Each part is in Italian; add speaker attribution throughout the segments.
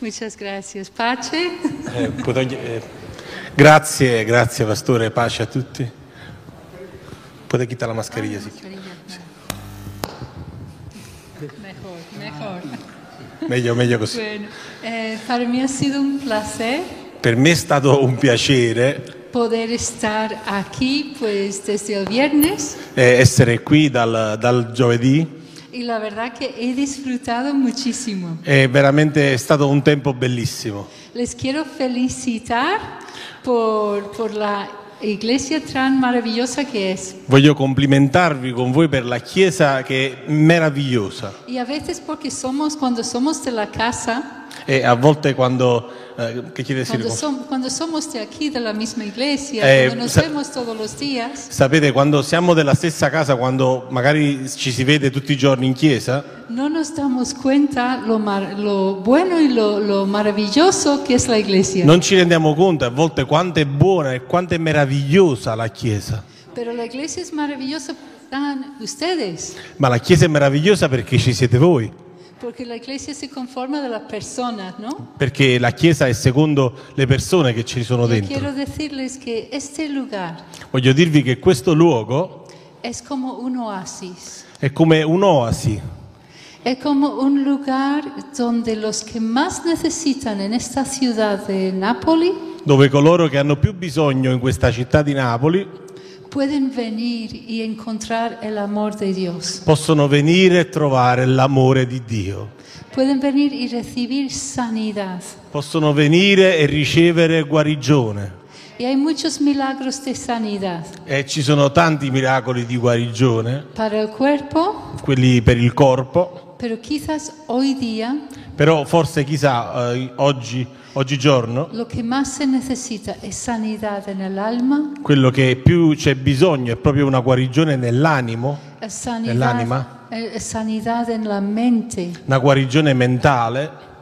Speaker 1: Muchas gracias. Pace.
Speaker 2: Eh, può togli- eh, grazie, grazie pastore, pace a tutti. Potete quitar la mascherilla, sì.
Speaker 1: Mejor, mejor.
Speaker 2: Meglio, meglio così.
Speaker 1: Bueno, eh, para mí ha sido un placer
Speaker 2: Per me è stato un piacere
Speaker 1: poder estar aquí pues desde el viernes
Speaker 2: eh, essere qui dal, dal giovedì.
Speaker 1: y la verdad que he disfrutado muchísimo.
Speaker 2: È veramente stato un tempo bellissimo.
Speaker 1: Les quiero felicitar por, por la iglesia tan maravillosa que es.
Speaker 2: Voglio complimentarvi con voi per la chiesa che è meravigliosa.
Speaker 1: Y a veces porque somos, cuando somos de la casa,
Speaker 2: E a volte quando... eh, che chiede
Speaker 1: cuando,
Speaker 2: Sirico?
Speaker 1: som- cuando somos de aquí, de la misma iglesia,
Speaker 2: Eh,
Speaker 1: cuando nos
Speaker 2: sa-
Speaker 1: vemos todos los días,
Speaker 2: Sapete, quando siamo della stessa casa, quando magari ci si vede tutti i giorni in chiesa,
Speaker 1: no nos damos cuenta lo, mar- lo bueno y lo, lo maravilloso que es la iglesia.
Speaker 2: non ci rendiamo conto a volte quanto è buona e quanto è meravigliosa la chiesa.
Speaker 1: Pero la iglesia es maravillosa porque están ustedes,
Speaker 2: Ma la chiesa è meravigliosa perché ci siete voi,
Speaker 1: porque la iglesia se conforma de las personas, ¿no?
Speaker 2: perché la chiesa è secondo le persone che ci sono
Speaker 1: Yo
Speaker 2: dentro.
Speaker 1: quiero decirles que este lugar
Speaker 2: Voglio dirvi che questo luogo
Speaker 1: es como un oasis,
Speaker 2: è come un'oasi,
Speaker 1: es como un lugar donde los que más necesitan en esta ciudad de Nápoles
Speaker 2: dove coloro che hanno più bisogno in questa città di Napoli
Speaker 1: pueden venir y encontrar el amor de Dios,
Speaker 2: possono venire e trovare l'amore di Dio.
Speaker 1: pueden venir y recibir sanidad.
Speaker 2: Possono venire e ricevere guarigione.
Speaker 1: Y hay muchos milagros de sanidad
Speaker 2: E ci sono tanti miracoli di guarigione,
Speaker 1: para el cuerpo,
Speaker 2: quelli per il corpo,
Speaker 1: pero quizás hoy día
Speaker 2: però forse chissà eh, oggi, oggigiorno
Speaker 1: Lo que más se necesita es sanidad en el alma,
Speaker 2: quello che più c'è bisogno è proprio una guarigione nell'animo,
Speaker 1: es sanidad,
Speaker 2: ¿El ánima?
Speaker 1: eh, es sanidad en la mente
Speaker 2: una guarigione mentale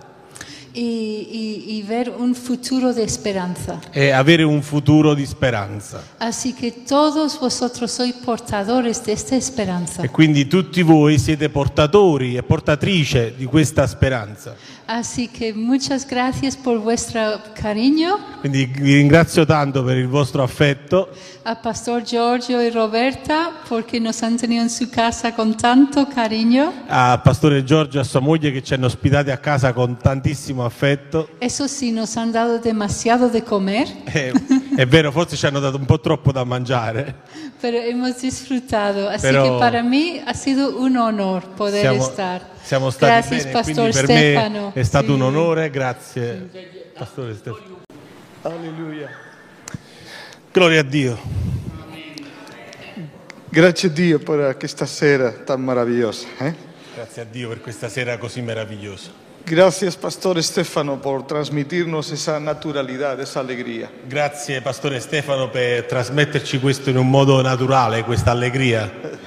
Speaker 1: y, y- y ver un futuro de esperanza.
Speaker 2: e avere un futuro di speranza.
Speaker 1: Así que todos vosotros sois portadores de esta esperanza.
Speaker 2: E quindi tutti voi siete portatori e portatrice di questa speranza.
Speaker 1: Así que muchas gracias por vuestro cariño
Speaker 2: Quindi vi ringrazio tanto per il vostro affetto,
Speaker 1: a Pastor Giorgio y Roberta porque nos han tenido en su casa con tanto cariño.
Speaker 2: a Pastore Giorgio e a sua moglie che ci hanno ospitati a casa con tantissimo affetto.
Speaker 1: Eso sí, nos han dado demasiado de comer,
Speaker 2: Eh, è vero, forse ci hanno dato un po' troppo da mangiare.
Speaker 1: Pero hemos disfrutado, así
Speaker 2: Pero-
Speaker 1: que para mí ha sido un honor poder estar.
Speaker 2: siamo stati
Speaker 1: Gracias,
Speaker 2: bene,
Speaker 1: Pastor
Speaker 2: quindi per
Speaker 1: Stefano.
Speaker 2: me è stato
Speaker 1: Sí.
Speaker 2: un onore, grazie Pastore Stefano. Alleluia. Gloria a Dio.
Speaker 3: Grazie a Dio per questa sera tan meravigliosa. eh?
Speaker 2: Grazie a Dio per questa sera così meravigliosa.
Speaker 3: Grazie Pastore Stefano por transmitirnos esa naturalidad, esa alegría.
Speaker 2: Grazie Pastore Stefano per trasmetterci questo in un modo naturale, questa allegria.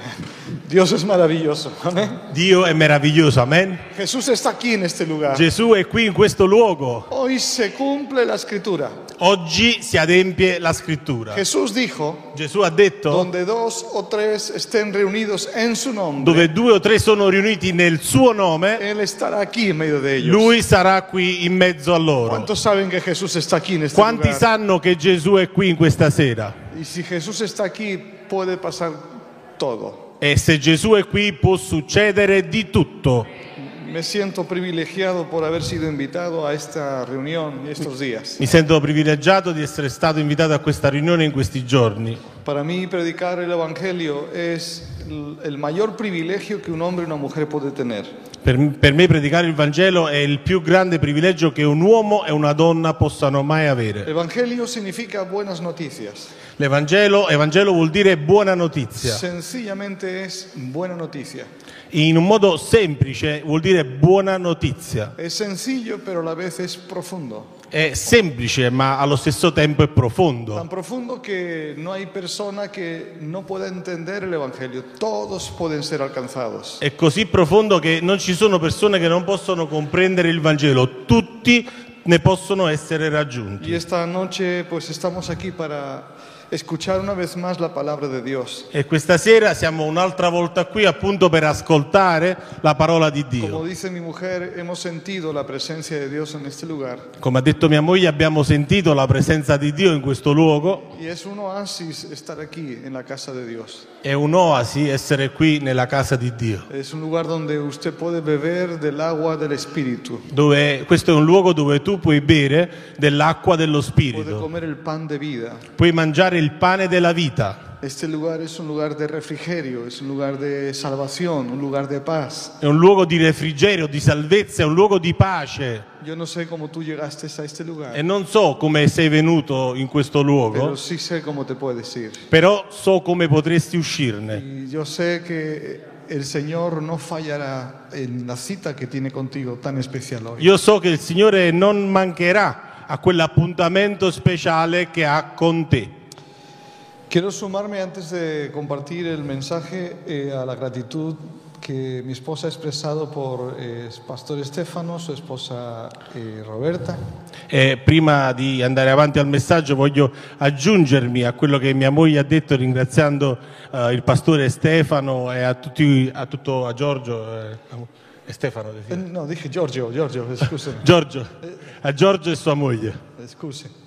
Speaker 3: Dios es maravilloso. amén.
Speaker 2: Dio è meraviglioso, amen.
Speaker 3: Jesús está aquí en este lugar.
Speaker 2: Gesù è qui in questo luogo.
Speaker 3: Hoy se cumple la escritura.
Speaker 2: Oggi si adempie la scrittura.
Speaker 3: Jesús dijo,
Speaker 2: Gesù ha detto
Speaker 3: donde dos o tres estén reunidos en su nombre,
Speaker 2: dove due o tre sono riuniti nel suo nome,
Speaker 3: Él estará aquí en medio de ellos.
Speaker 2: Lui sarà qui in mezzo a loro.
Speaker 3: ¿Cuántos saben que Jesús está aquí en este
Speaker 2: Quanti
Speaker 3: lugar?
Speaker 2: sanno che Gesù è qui in questa sera?
Speaker 3: Y si Jesús está aquí, puede pasar todo.
Speaker 2: E se Gesù è qui può succedere di tutto.
Speaker 3: Me siento privilegiado por haber sido invitado a esta reunión y estos días.
Speaker 2: Mi sento privilegiato di essere stato invitato a questa riunione in questi giorni.
Speaker 3: Para mí predicar el Evangelio es l- el mayor privilegio que un hombre y una mujer puede tener.
Speaker 2: Per, per me predicare il Vangelo è il più grande privilegio che un uomo e una donna possano mai avere.
Speaker 3: Evangelio significa buenas noticias.
Speaker 2: L'Evangelo evangelo vuol dire buona notizia.
Speaker 3: Sencillamente es buena noticia.
Speaker 2: In un modo semplice vuol dire buona notizia.
Speaker 3: Es sencillo, pero a la vez es profundo.
Speaker 2: È semplice ma allo stesso tempo è profondo.
Speaker 3: Tan profundo que no hay persona que no pueda entender el Evangelio. Todos pueden ser alcanzados.
Speaker 2: È così profondo che non ci sono persone che non possono comprendere il Vangelo, tutti ne possono essere raggiunti.
Speaker 3: Y esta noche pues estamos aquí para escuchar una vez más la palabra de Dios.
Speaker 2: E questa sera siamo un'altra volta qui appunto per ascoltare la parola di Dio.
Speaker 3: Como dice mi mujer, hemos sentido la presencia de Dios en este lugar
Speaker 2: Come ha detto mia moglie, abbiamo sentito la presenza di Dio in questo luogo.
Speaker 3: y es un oasis estar aquí en la casa de Dios.
Speaker 2: È un'oasi essere qui nella casa di Dio.
Speaker 3: Es un lugar donde usted puede beber del agua del Espíritu,
Speaker 2: Dove, questo è un luogo dove tu puoi bere dell'acqua dello
Speaker 3: puede
Speaker 2: Spirito,
Speaker 3: comer el pan de vida.
Speaker 2: puoi mangiare il pane della vita.
Speaker 3: Este lugar es un lugar de refrigerio, es un lugar de salvación, un lugar de paz.
Speaker 2: È un luogo di refrigerio, di salvezza, è un luogo di pace.
Speaker 3: Yo no sé cómo tú llegaste a este
Speaker 2: E
Speaker 3: lugar,
Speaker 2: non so come sei venuto in questo
Speaker 3: pero
Speaker 2: luogo,
Speaker 3: sí sé cómo te puedes ir.
Speaker 2: però so come potresti uscirne.
Speaker 3: Y yo sé que el Señor no fallará en la cita que tiene contigo tan especial hoy.
Speaker 2: Io so che il Signore non mancherà a quell'appuntamento speciale che ha con te.
Speaker 3: Quiero sumarme antes de compartir el mensaje eh, a la gratitud que mi esposa ha expresado por eh, Pastor Estefano, su esposa eh, Roberta.
Speaker 2: E prima di andare avanti al messaggio voglio aggiungermi a quello che mia moglie ha detto ringraziando eh, il pastore Stefano e a, tutti, a, tutto, a Giorgio. eh, e Stefano, sì.
Speaker 3: Eh, no, dije Giorgio, Giorgio, excúseme.
Speaker 2: Giorgio, a Giorgio e sua moglie.
Speaker 3: excuse.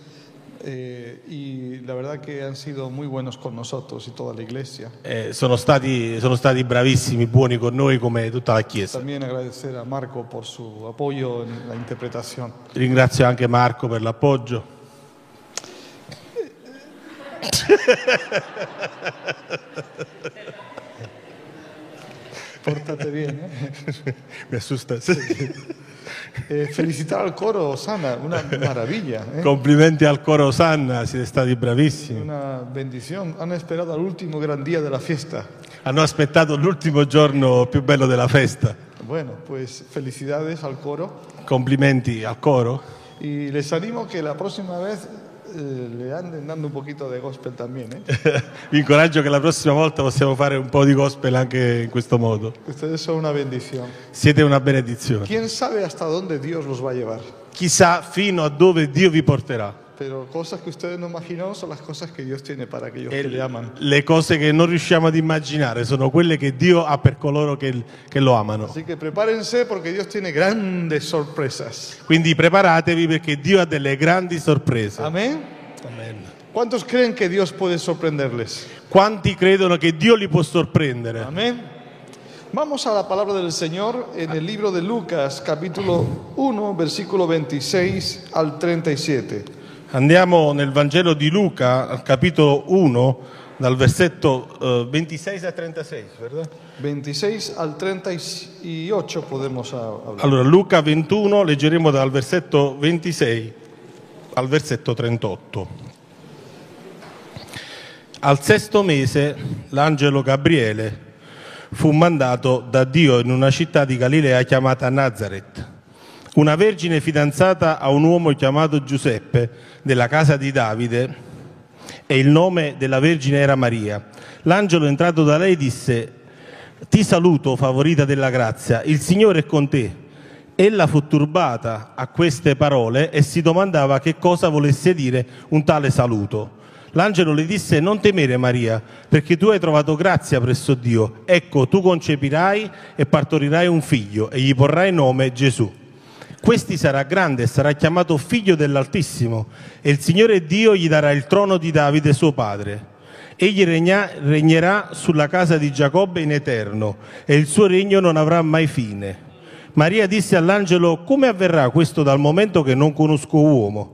Speaker 3: Eh, y la verdad que han sido muy buenos con nosotros y toda la iglesia.
Speaker 2: Eh, sono, stati, sono stati bravissimi, buoni con noi come tutta la Chiesa.
Speaker 3: También agradecer a Marco por su apoyo en la interpretación.
Speaker 2: Ringrazio anche Marco per l'appoggio.
Speaker 3: Pórtate bien. ¿eh?
Speaker 2: Mi assusta.
Speaker 3: Eh, felicitar al coro Osana, una maravilla, ¿eh?
Speaker 2: Complimenti al coro Sanna, siete stati bravissimi.
Speaker 3: una bendición. Han esperado al último gran día de la fiesta.
Speaker 2: Hanno aspettato l'ultimo giorno più bello della festa.
Speaker 3: Bueno, pues felicidades al coro
Speaker 2: Complimenti al coro.
Speaker 3: y les animo que la próxima vez eh, le anden dando un poquito de gospel también. ¿eh?
Speaker 2: Vi incoraggio che la prossima volta possiamo fare un po' di gospel anche in questo modo.
Speaker 3: Ustedes son una bendición.
Speaker 2: Siete una benedizione.
Speaker 3: ¿Quién sabe hasta dónde Dios los va a llevar?
Speaker 2: Chissà fino a dove Dio vi porterà.
Speaker 3: Pero cosas que ustedes no imaginaron son las cosas que Dios tiene para aquellos que le aman.
Speaker 2: Le cose che non riusciamo ad immaginare sono quelle che Dio ha per coloro che, che lo amano.
Speaker 3: Así que prepárense porque Dios tiene grandes sorpresas.
Speaker 2: Quindi preparatevi perché Dio ha delle grandi sorprese.
Speaker 3: Amén.
Speaker 2: Amen.
Speaker 3: ¿Cuántos creen que Dios puede sorprenderles?
Speaker 2: Quanti credono che Dio li può sorprendere?
Speaker 3: Amén. Vamos a la palabra del Señor en el libro de Lucas, capítulo 1, versículo 26 al 37.
Speaker 2: Andiamo nel Vangelo di Luca, al capitolo 1, dal versetto eh, 26 a 36. ¿verdad?
Speaker 3: 26 al 38 podemos a- hablar.
Speaker 2: Allora, Luca 21, leggeremo dal versetto 26 al versetto 38. Al sesto mese l'angelo Gabriele fu mandato da Dio in una città di Galilea chiamata Nazareth. Una vergine fidanzata a un uomo chiamato Giuseppe della casa di Davide e il nome della Vergine era Maria. L'angelo entrato da lei disse, ti saluto favorita della grazia, il Signore è con te. Ella fu turbata a queste parole e si domandava che cosa volesse dire un tale saluto. L'angelo le disse, non temere Maria, perché tu hai trovato grazia presso Dio. Ecco, tu concepirai e partorirai un figlio e gli porrai nome Gesù. Questi sarà grande e sarà chiamato figlio dell'Altissimo e il Signore Dio gli darà il trono di Davide suo padre. Egli regna- regnerà sulla casa di Giacobbe in eterno e il suo regno non avrà mai fine. Maria disse all'angelo, come avverrà questo dal momento che non conosco uomo?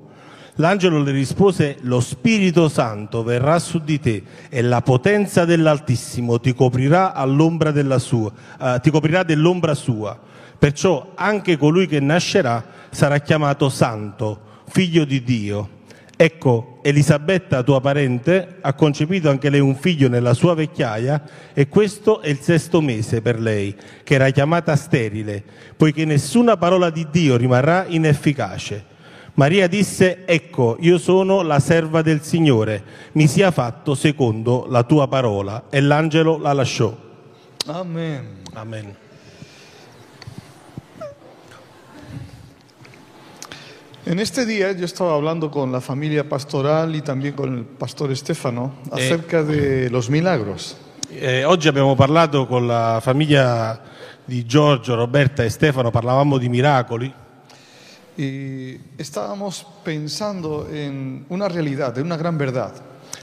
Speaker 2: L'angelo le rispose, lo Spirito Santo verrà su di te e la potenza dell'Altissimo ti coprirà, all'ombra della sua, eh, ti coprirà dell'ombra sua. Perciò anche colui che nascerà sarà chiamato Santo, figlio di Dio. Ecco, Elisabetta, tua parente, ha concepito anche lei un figlio nella sua vecchiaia e questo è il sesto mese per lei, che era chiamata sterile, poiché nessuna parola di Dio rimarrà inefficace. Maria disse, ecco, io sono la serva del Signore, mi sia fatto secondo la tua parola. E l'angelo la lasciò.
Speaker 3: Amén.
Speaker 2: Amen.
Speaker 3: En este día yo estaba hablando con la familia pastoral y también con el pastor Estefano acerca de los milagros.
Speaker 2: Eh, oggi abbiamo parlato con la famiglia di Giorgio, Roberta e Stefano, parlavamo di miracoli
Speaker 3: Y estábamos pensando en una realidad, en una gran verdad.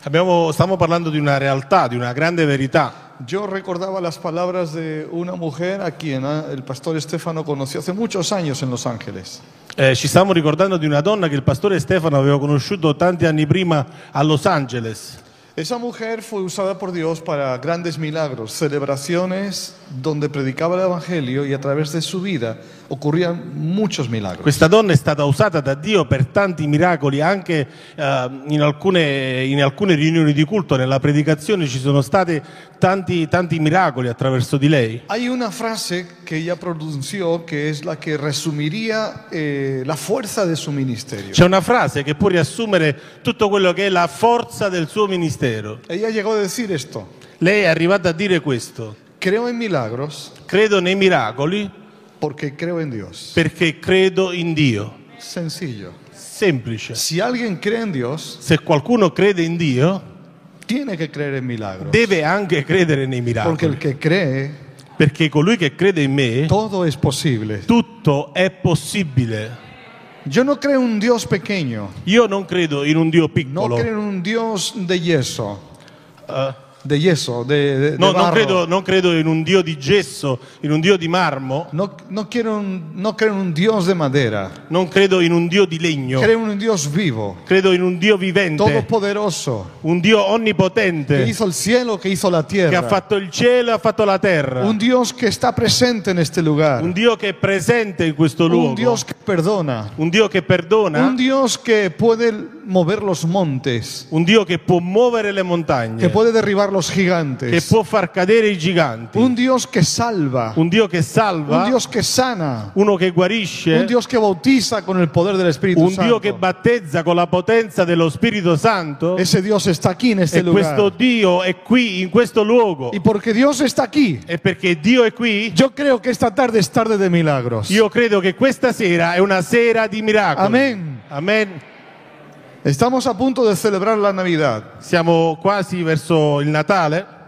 Speaker 2: Abbiamo, stiamo parlando di una realtà, di una grande verità.
Speaker 3: Yo recordaba las palabras de una mujer a quien ah, el pastor Estefano conoció hace muchos años en Los Ángeles.
Speaker 2: Eh, ci stiamo ricordando di una donna che il pastore Stefano aveva conosciuto tanti anni prima a Los Angeles.
Speaker 3: Esa mujer fue usada por Dios para grandes milagros, celebraciones donde predicaba el Evangelio y a través de su vida ocurrían muchos milagros.
Speaker 2: Questa donna è stata usata da Dio per tanti miracoli, anche eh, in, alcune, in alcune riunioni di culto, nella predicazione ci sono stati tanti, tanti miracoli attraverso di lei.
Speaker 3: Hay una frase que ella pronunció que es la que resumiría eh, la fuerza de su ministerio.
Speaker 2: C'è una frase che può riassumere tutto quello che è la forza del suo ministero.
Speaker 3: Ella llegó a decir esto,
Speaker 2: Lei è arrivata a dire questo,
Speaker 3: creo en milagros
Speaker 2: credo nei miracoli
Speaker 3: porque creo en Dios.
Speaker 2: perché credo in Dio.
Speaker 3: Sencillo.
Speaker 2: Semplice.
Speaker 3: Si alguien cree en Dios,
Speaker 2: Se qualcuno crede in Dio,
Speaker 3: tiene que creer en milagros.
Speaker 2: deve anche credere nei
Speaker 3: Porque el
Speaker 2: miracoli,
Speaker 3: que cree,
Speaker 2: perché colui che crede in me,
Speaker 3: todo es posible.
Speaker 2: tutto è possibile.
Speaker 3: Yo no creo en un Dios pequeño.
Speaker 2: Io non credo in un Dio
Speaker 3: No
Speaker 2: piccolo.
Speaker 3: creo en un Dios de yeso.
Speaker 2: Eh,
Speaker 3: De yeso, de, de- de
Speaker 2: no, non
Speaker 3: barro.
Speaker 2: credo, non credo in un Dio di gesso, in un Dio di marmo,
Speaker 3: No, no quiero un- no creo en un Dios de madera.
Speaker 2: non credo in un Dio di legno,
Speaker 3: Creo en un Dios vivo,
Speaker 2: credo in un Dio vivente,
Speaker 3: todopoderoso,
Speaker 2: un Dio
Speaker 3: que
Speaker 2: onnipotente
Speaker 3: hizo el cielo, que hizo la
Speaker 2: che ha
Speaker 3: tierra.
Speaker 2: fatto il cielo e ha fatto la terra,
Speaker 3: Un Dios que está presente en este lugar.
Speaker 2: un
Speaker 3: Un
Speaker 2: Dio che è presente in questo luogo,
Speaker 3: Dios que perdona.
Speaker 2: un Dio che
Speaker 3: Un
Speaker 2: perdona,
Speaker 3: Dios que puede mover los montes,
Speaker 2: un Dio che può muovere le
Speaker 3: que
Speaker 2: montagne,
Speaker 3: puede derribar los
Speaker 2: che
Speaker 3: gigantes.
Speaker 2: può far cadere i giganti,
Speaker 3: Un Dios que salva.
Speaker 2: un Dio che
Speaker 3: Un
Speaker 2: salva,
Speaker 3: Dios que sana.
Speaker 2: uno che
Speaker 3: Un
Speaker 2: guarisce,
Speaker 3: Dios que bautiza con el poder del Espíritu
Speaker 2: un Dio
Speaker 3: Santo.
Speaker 2: che battezza con la potenza dello Spirito Santo.
Speaker 3: Ese Dios está aquí en este
Speaker 2: E questo
Speaker 3: lugar.
Speaker 2: Dio è qui in questo luogo.
Speaker 3: Y porque Dios está aquí,
Speaker 2: E perché Dio è qui,
Speaker 3: yo creo que esta tarde es tarde de milagros.
Speaker 2: io credo che questa sera è una sera di miracoli.
Speaker 3: Amen.
Speaker 2: Amen.
Speaker 3: Estamos a punto de celebrar la Navidad
Speaker 2: Siamo quasi verso il Natale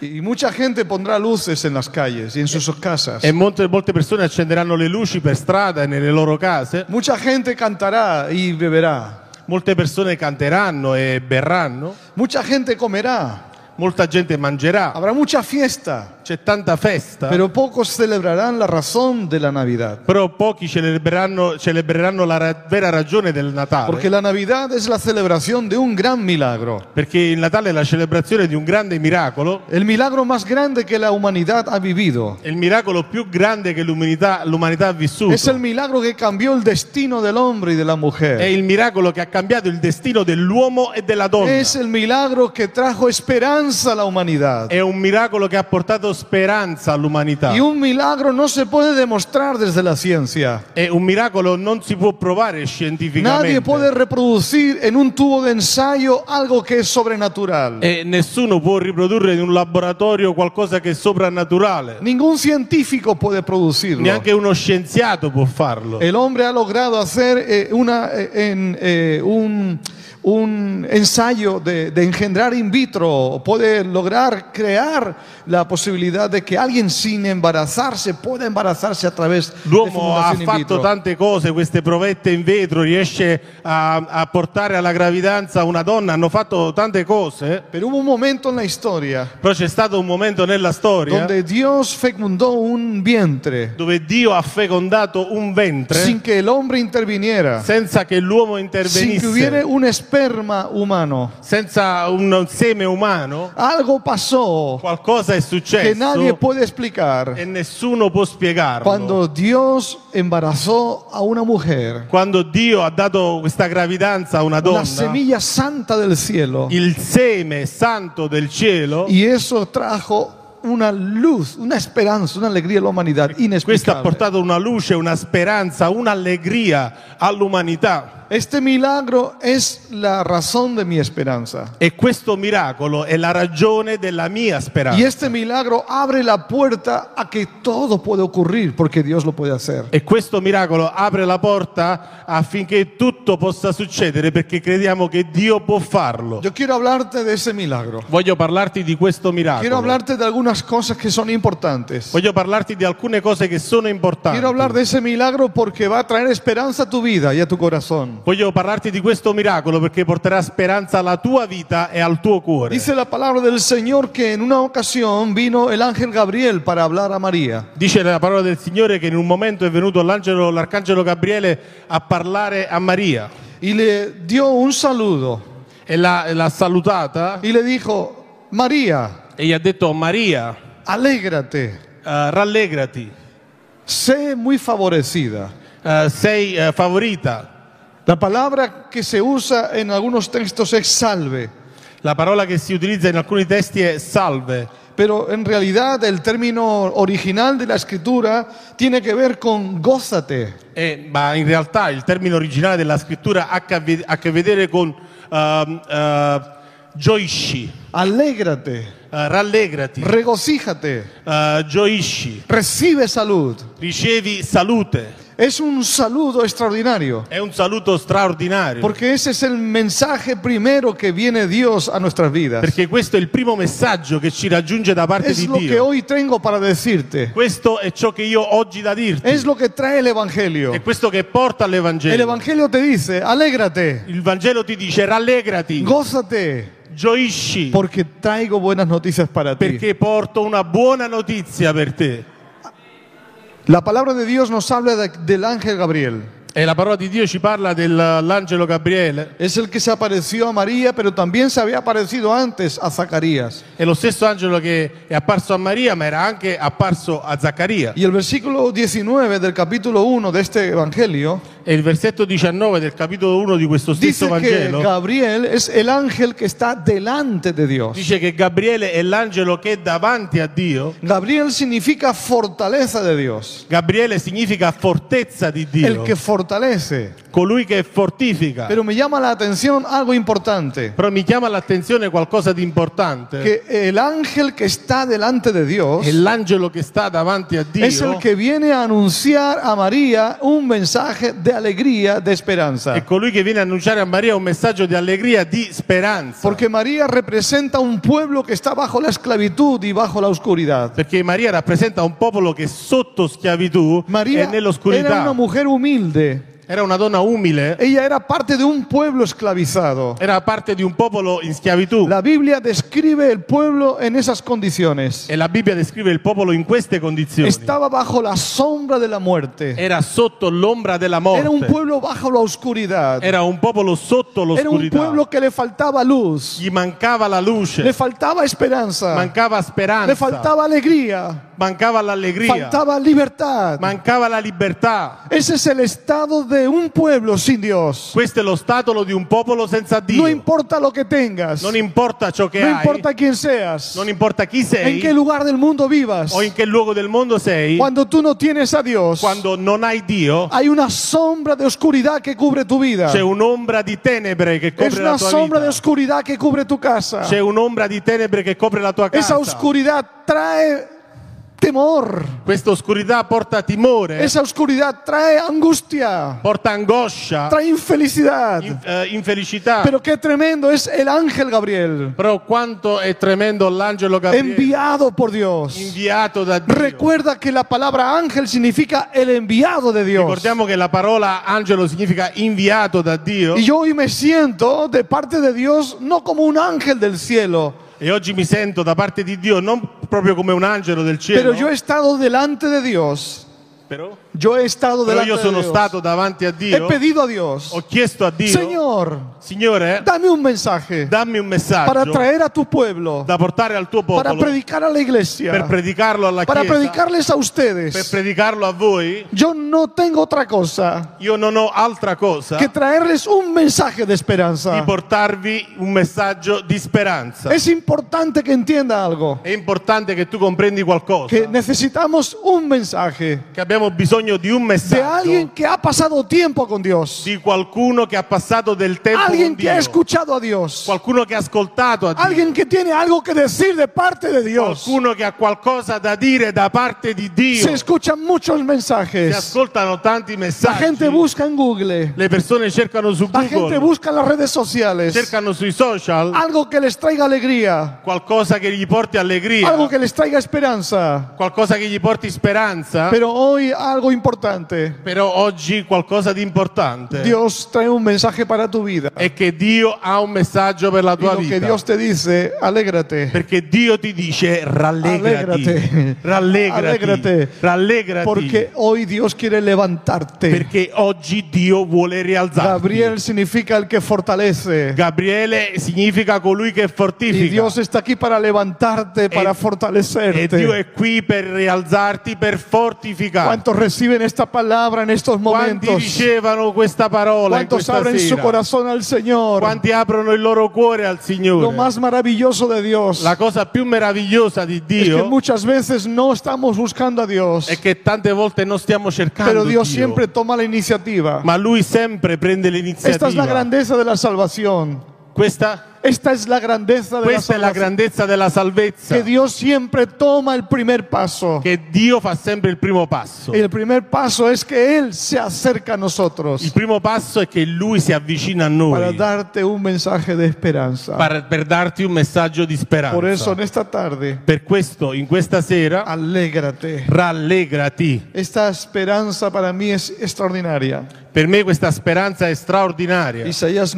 Speaker 3: y mucha gente pondrá luces en las calles y en sus casas.
Speaker 2: e molte, molte persone accenderanno le luci per strada e nelle loro case.
Speaker 3: Mucha gente cantará y beberá.
Speaker 2: Molte persone canteranno e berranno.
Speaker 3: Mucha gente comerá.
Speaker 2: Molta gente mangerà.
Speaker 3: Habrá mucha fiesta,
Speaker 2: C'è tanta festa.
Speaker 3: pero pocos celebrarán la razón de la Navidad.
Speaker 2: Però pochi celebreranno, celebreranno la ra- vera ragione del Natale.
Speaker 3: Porque la Navidad es la celebración de un gran milagro.
Speaker 2: Perché il Natale è la celebrazione di un grande miracolo.
Speaker 3: El milagro más grande que la humanidad ha vivido.
Speaker 2: È il miracolo più grande che l'umanità, l'umanità ha vissuto.
Speaker 3: Es el milagro que cambió el destino del hombre y de la mujer.
Speaker 2: È il miracolo che ha cambiato il destino dell'uomo e della donna.
Speaker 3: Es el milagro que trajo esperanza a la humanidad.
Speaker 2: È un miracolo che ha portato speranza all'umanità.
Speaker 3: Y un milagro no se puede demostrar desde la ciencia.
Speaker 2: È un miracolo non si può provare
Speaker 3: Nadie
Speaker 2: scientificamente.
Speaker 3: puede reproducir en un tubo de ensayo algo que es sobrenatural.
Speaker 2: E nessuno può riprodurre in un laboratorio qualcosa che è soprannaturale.
Speaker 3: Ningún científico puede producirlo.
Speaker 2: Neanche uno scienziato può farlo.
Speaker 3: El hombre ha logrado hacer eh, una, eh, en, eh, un, un ensayo de, de engendrar in vitro. Puede lograr crear la posibilidad de que alguien sin embarazarse pueda embarazarse a través de
Speaker 2: L'uomo ha
Speaker 3: fecundación in
Speaker 2: fatto
Speaker 3: vitro.
Speaker 2: tante cose, queste provette in vetro, riesce a, a portare alla gravidanza una donna, hanno fatto tante cose.
Speaker 3: Pero hubo un momento en la historia
Speaker 2: Però c'è stato un momento nella storia
Speaker 3: donde Dios fecundó un vientre
Speaker 2: dove Dio ha fecondato un ventre
Speaker 3: sin que el hombre interviniera,
Speaker 2: senza che l'uomo
Speaker 3: sin que hubiera
Speaker 2: intervenisse,
Speaker 3: un esperma humano.
Speaker 2: senza un seme umano.
Speaker 3: Algo pasó
Speaker 2: Qualcosa è
Speaker 3: que nadie
Speaker 2: successo
Speaker 3: puede explicar
Speaker 2: e nessuno può spiegarlo.
Speaker 3: cuando Dios embarazó a una mujer,
Speaker 2: Quando Dio ha dato questa gravidanza a una
Speaker 3: la
Speaker 2: donna,
Speaker 3: semilla santa del cielo,
Speaker 2: il seme santo del cielo,
Speaker 3: y eso trajo una luz, una esperanza, una alegría a la humanidad
Speaker 2: questo ha
Speaker 3: inexplicable.
Speaker 2: portato una luce, una speranza, un'allegria all'umanità.
Speaker 3: Este milagro es la razón de mi esperanza.
Speaker 2: E questo miracolo è la ragione della mia
Speaker 3: Y
Speaker 2: speranza.
Speaker 3: este milagro abre la puerta a que todo puede ocurrir porque Dios lo puede hacer.
Speaker 2: E questo miracolo apre la porta affinché tutto possa succedere perché crediamo che Dio può farlo.
Speaker 3: Yo quiero hablarte de ese milagro.
Speaker 2: Voglio parlarti di questo
Speaker 3: Quiero
Speaker 2: miracolo.
Speaker 3: hablarte de algunas cosas que son importantes.
Speaker 2: Voglio parlarti di alcune cose che sono importanti.
Speaker 3: Quiero hablar de ese milagro porque va a traer esperanza a tu vida y a tu corazón.
Speaker 2: Voglio parlarti di questo miracolo perché porterà speranza alla tua vita e al tuo cuore.
Speaker 3: Dice la palabra del Señor que en una ocasión vino el ángel Gabriel para hablar a María.
Speaker 2: Dice la parola del Signore che in un momento è venuto l'angelo- l'arcangelo Gabriele a parlare a Maria
Speaker 3: y le dio un saludo
Speaker 2: e l'ha, l'ha salutata
Speaker 3: y le dijo, María,
Speaker 2: e gli ha detto Maria,
Speaker 3: alégrate,
Speaker 2: eh, rallegrati,
Speaker 3: sé muy favorecida.
Speaker 2: eh, sei eh, favorita.
Speaker 3: La palabra que se usa en algunos textos es salve,
Speaker 2: La parola che si utilizza in alcuni testi è salve,
Speaker 3: pero en realidad el término original de la escritura tiene que ver con gózate.
Speaker 2: eh, ma in realtà il termine originale della scrittura ha a che ve- ha a che vedere con ehm, eh, gioisci,
Speaker 3: Alégrate,
Speaker 2: eh, rallegrati,
Speaker 3: regocíjate,
Speaker 2: eh, gioisci,
Speaker 3: recibe salud.
Speaker 2: ricevi salute.
Speaker 3: Es un saludo extraordinario,
Speaker 2: È un saluto straordinario.
Speaker 3: porque ese es el mensaje primero que viene Dios a nuestras vidas.
Speaker 2: Perché questo è il primo messaggio che ci raggiunge da parte
Speaker 3: Es
Speaker 2: di
Speaker 3: lo que
Speaker 2: Dio.
Speaker 3: hoy tengo para decirte.
Speaker 2: Questo è ciò che io ho oggi da dirti.
Speaker 3: Es lo que trae el Evangelio.
Speaker 2: È questo che porta
Speaker 3: El
Speaker 2: all'Evangelo.
Speaker 3: Evangelio te dice, alégrate,
Speaker 2: Il Vangelo ti dice rallegrati,
Speaker 3: gózate,
Speaker 2: gioisci,
Speaker 3: porque traigo buenas noticias para ti.
Speaker 2: perché porto una buona notizia per te.
Speaker 3: La palabra de Dios nos habla de- del ángel Gabriel.
Speaker 2: E la parola di Dio ci parla dell'angelo Gabriele.
Speaker 3: Es el que se apareció a María, pero también se había aparecido antes a Zacarías.
Speaker 2: È lo stesso angelo che è apparso a Maria, ma era anche apparso a Zaccaria.
Speaker 3: Y el versículo 19 del capítulo 1 de este Evangelio
Speaker 2: E il versetto 19 del capitolo 1 di questo stesso
Speaker 3: dice que
Speaker 2: Vangelo
Speaker 3: Gabriel es el ángel que está delante de Dios.
Speaker 2: dice che Gabriele è l'angelo che è davanti a Dio.
Speaker 3: Gabriel significa fortaleza de Dios,
Speaker 2: Gabriele significa fortezza di
Speaker 3: el
Speaker 2: Dio,
Speaker 3: que fortalece.
Speaker 2: colui che fortifica.
Speaker 3: Pero me llama la atención algo importante.
Speaker 2: Però mi chiama l'attenzione qualcosa di importante.
Speaker 3: que el ángel que está delante de Dios
Speaker 2: è l'angelo che sta davanti a Dio
Speaker 3: es el que viene a anunciar a María un mensaje de alegría, de esperanza.
Speaker 2: è colui che viene a annunciare a Maria un messaggio di allegria, di speranza.
Speaker 3: Porque María representa un pueblo que está bajo la esclavitud y bajo la oscuridad.
Speaker 2: Perché Maria rappresenta un popolo che sotto schiavitù è
Speaker 3: María era
Speaker 2: nell'oscurità.
Speaker 3: una mujer humilde.
Speaker 2: Era una donna umile,
Speaker 3: Ella era parte de un pueblo esclavizado.
Speaker 2: era parte di un popolo in schiavitù.
Speaker 3: La Biblia describe el pueblo en esas condiciones.
Speaker 2: E la Bibbia descrive il popolo in queste condizioni.
Speaker 3: Estaba bajo la sombra de la muerte.
Speaker 2: Era sotto l'ombra della morte.
Speaker 3: Era un pueblo bajo la oscuridad.
Speaker 2: Era un popolo sotto
Speaker 3: Era un
Speaker 2: l'oscurità.
Speaker 3: pueblo que le faltaba luz.
Speaker 2: Gli mancava la luce,
Speaker 3: Le faltaba esperanza,
Speaker 2: mancava speranza,
Speaker 3: le faltaba alegría,
Speaker 2: mancava l'allegria,
Speaker 3: faltaba libertad.
Speaker 2: mancava la libertà.
Speaker 3: Ese es el estado de un pueblo sin Dios.
Speaker 2: Questo è lo statolo di un popolo senza Dio.
Speaker 3: No importa lo que tengas,
Speaker 2: Non importa ciò che
Speaker 3: no
Speaker 2: hai,
Speaker 3: importa quién seas,
Speaker 2: non importa chi
Speaker 3: en
Speaker 2: sei
Speaker 3: qué lugar del mundo vivas,
Speaker 2: o in che luogo del mondo sei,
Speaker 3: cuando tú no tienes a Dios,
Speaker 2: quando non hai Dio
Speaker 3: hay una sombra de oscuridad que cubre tu vida.
Speaker 2: c'è un'ombra di tenebre che
Speaker 3: Es
Speaker 2: copre la
Speaker 3: una
Speaker 2: tua
Speaker 3: sombra de
Speaker 2: vita.
Speaker 3: oscuridad que cubre tu casa.
Speaker 2: C'è un'ombra di tenebre che copre la tua casa.
Speaker 3: Esa oscuridad trae temor,
Speaker 2: Questa oscurità porta timore,
Speaker 3: esa oscuridad trae angustia,
Speaker 2: porta angoscia,
Speaker 3: trae infelicidad.
Speaker 2: in- eh, infelicità.
Speaker 3: Pero qué tremendo es el ángel Gabriel,
Speaker 2: Però quanto è tremendo l'angelo Gabriele
Speaker 3: enviado por Dios.
Speaker 2: inviato da Dio.
Speaker 3: Recuerda que la palabra ángel significa el enviado de Dios.
Speaker 2: Ricordiamo che la parola angelo significa inviato da Dio
Speaker 3: Y yo hoy me siento de parte de Dios no como un ángel del cielo,
Speaker 2: e oggi mi sento da parte di Dio non proprio come un angelo del cielo,
Speaker 3: pero yo he estado delante de Dios.
Speaker 2: però,
Speaker 3: Yo he estado
Speaker 2: però
Speaker 3: delante
Speaker 2: io
Speaker 3: de
Speaker 2: sono
Speaker 3: Dios.
Speaker 2: stato davanti a
Speaker 3: He
Speaker 2: Dio,
Speaker 3: pedido a Dios,
Speaker 2: ho chiesto a Dio,
Speaker 3: Señor,
Speaker 2: Signore,
Speaker 3: dame un mensaje
Speaker 2: dammi un
Speaker 3: para
Speaker 2: messaggio
Speaker 3: traer a tu pueblo,
Speaker 2: da portare al tuo
Speaker 3: para
Speaker 2: popolo
Speaker 3: predicar a la
Speaker 2: per
Speaker 3: iglesia,
Speaker 2: predicarlo alla
Speaker 3: para
Speaker 2: Chiesa,
Speaker 3: predicarles a
Speaker 2: per
Speaker 3: ustedes.
Speaker 2: predicarlo a voi.
Speaker 3: Yo no tengo otra cosa
Speaker 2: Io non ho altra cosa
Speaker 3: que
Speaker 2: di
Speaker 3: traerles un mensaje de esperanza.
Speaker 2: portarvi un messaggio di speranza.
Speaker 3: Es importante que entienda algo,
Speaker 2: È importante che tu comprendi qualcosa,
Speaker 3: que necesitamos un mensaje,
Speaker 2: che abbiamo bisogno di un
Speaker 3: de
Speaker 2: messaggio
Speaker 3: alguien que ha pasado tiempo con Dios,
Speaker 2: di qualcuno che ha passato del tempo con
Speaker 3: alguien que ha
Speaker 2: Dio,
Speaker 3: escuchado a Dios,
Speaker 2: qualcuno che ha ascoltato a Dio,
Speaker 3: alguien que tiene algo que decir de parte de Dios.
Speaker 2: qualcuno che ha qualcosa da dire da parte di
Speaker 3: Se
Speaker 2: Dio. Si
Speaker 3: escuchan muchos mensajes.
Speaker 2: ascoltano tanti
Speaker 3: La
Speaker 2: messaggi.
Speaker 3: gente busca en Google,
Speaker 2: Le persone cercano su
Speaker 3: la gente
Speaker 2: Google,
Speaker 3: busca en las redes sociales
Speaker 2: cercano sui social
Speaker 3: algo que les traiga alegría,
Speaker 2: qualcosa che gli porti allegria,
Speaker 3: algo que les traiga esperanza.
Speaker 2: qualcosa che gli porti speranza,
Speaker 3: Pero hoy algo importante.
Speaker 2: però oggi qualcosa di importante
Speaker 3: Dios trae un mensaje para tu vida.
Speaker 2: è che Dio ha un messaggio per la
Speaker 3: Y
Speaker 2: tua
Speaker 3: lo que
Speaker 2: vita.
Speaker 3: Dios te dice, alégrate.
Speaker 2: Perché Dio ti dice rallegrati,
Speaker 3: Allegrati.
Speaker 2: rallegrati,
Speaker 3: Allegrati.
Speaker 2: rallegrati,
Speaker 3: Porque hoy Dios quiere levantarte.
Speaker 2: perché oggi Dio vuole rialzarti.
Speaker 3: Gabriel significa el que fortalece.
Speaker 2: Gabriele significa colui che
Speaker 3: Y
Speaker 2: fortifica
Speaker 3: Dios está aquí para levantarte, para
Speaker 2: e Dio
Speaker 3: fortalecerte.
Speaker 2: è qui per rialzarti, per fortificarti.
Speaker 3: ¿Cuántos reciben esta palabra en estos
Speaker 2: Quanti
Speaker 3: momentos?
Speaker 2: ricevano questa parola in
Speaker 3: ¿Cuántos
Speaker 2: questa
Speaker 3: abren su
Speaker 2: sera?
Speaker 3: corazón al Señor?
Speaker 2: Quanti aprono il loro cuore al
Speaker 3: Lo
Speaker 2: Signore?
Speaker 3: más maravilloso de Dios
Speaker 2: La cosa più meravigliosa di
Speaker 3: es que
Speaker 2: Dio
Speaker 3: muchas veces no estamos buscando a Dios,
Speaker 2: è che tante volte non stiamo cercando
Speaker 3: pero
Speaker 2: Dio,
Speaker 3: Dios siempre toma la iniciativa.
Speaker 2: ma Lui sempre prende l'iniziativa.
Speaker 3: Esta es la grandeza de la salvación.
Speaker 2: Questa,
Speaker 3: Esta es la grandeza de la
Speaker 2: questa è la
Speaker 3: salvación.
Speaker 2: grandezza della salvezza,
Speaker 3: Que Dios siempre toma el primer paso.
Speaker 2: che Dio fa sempre il primo passo.
Speaker 3: Y el primer paso es que Él se acerca a
Speaker 2: Il
Speaker 3: nosotros
Speaker 2: primo passo è che Lui si avvicina a
Speaker 3: para
Speaker 2: noi
Speaker 3: darte un mensaje de esperanza.
Speaker 2: per, per darti un messaggio di speranza.
Speaker 3: Por eso Ah. en esta tarde,
Speaker 2: Per questo in questa sera
Speaker 3: alégrate.
Speaker 2: rallegrati.
Speaker 3: Esta esperanza para mí es extraordinaria.
Speaker 2: Per me questa speranza è straordinaria.
Speaker 3: Isaías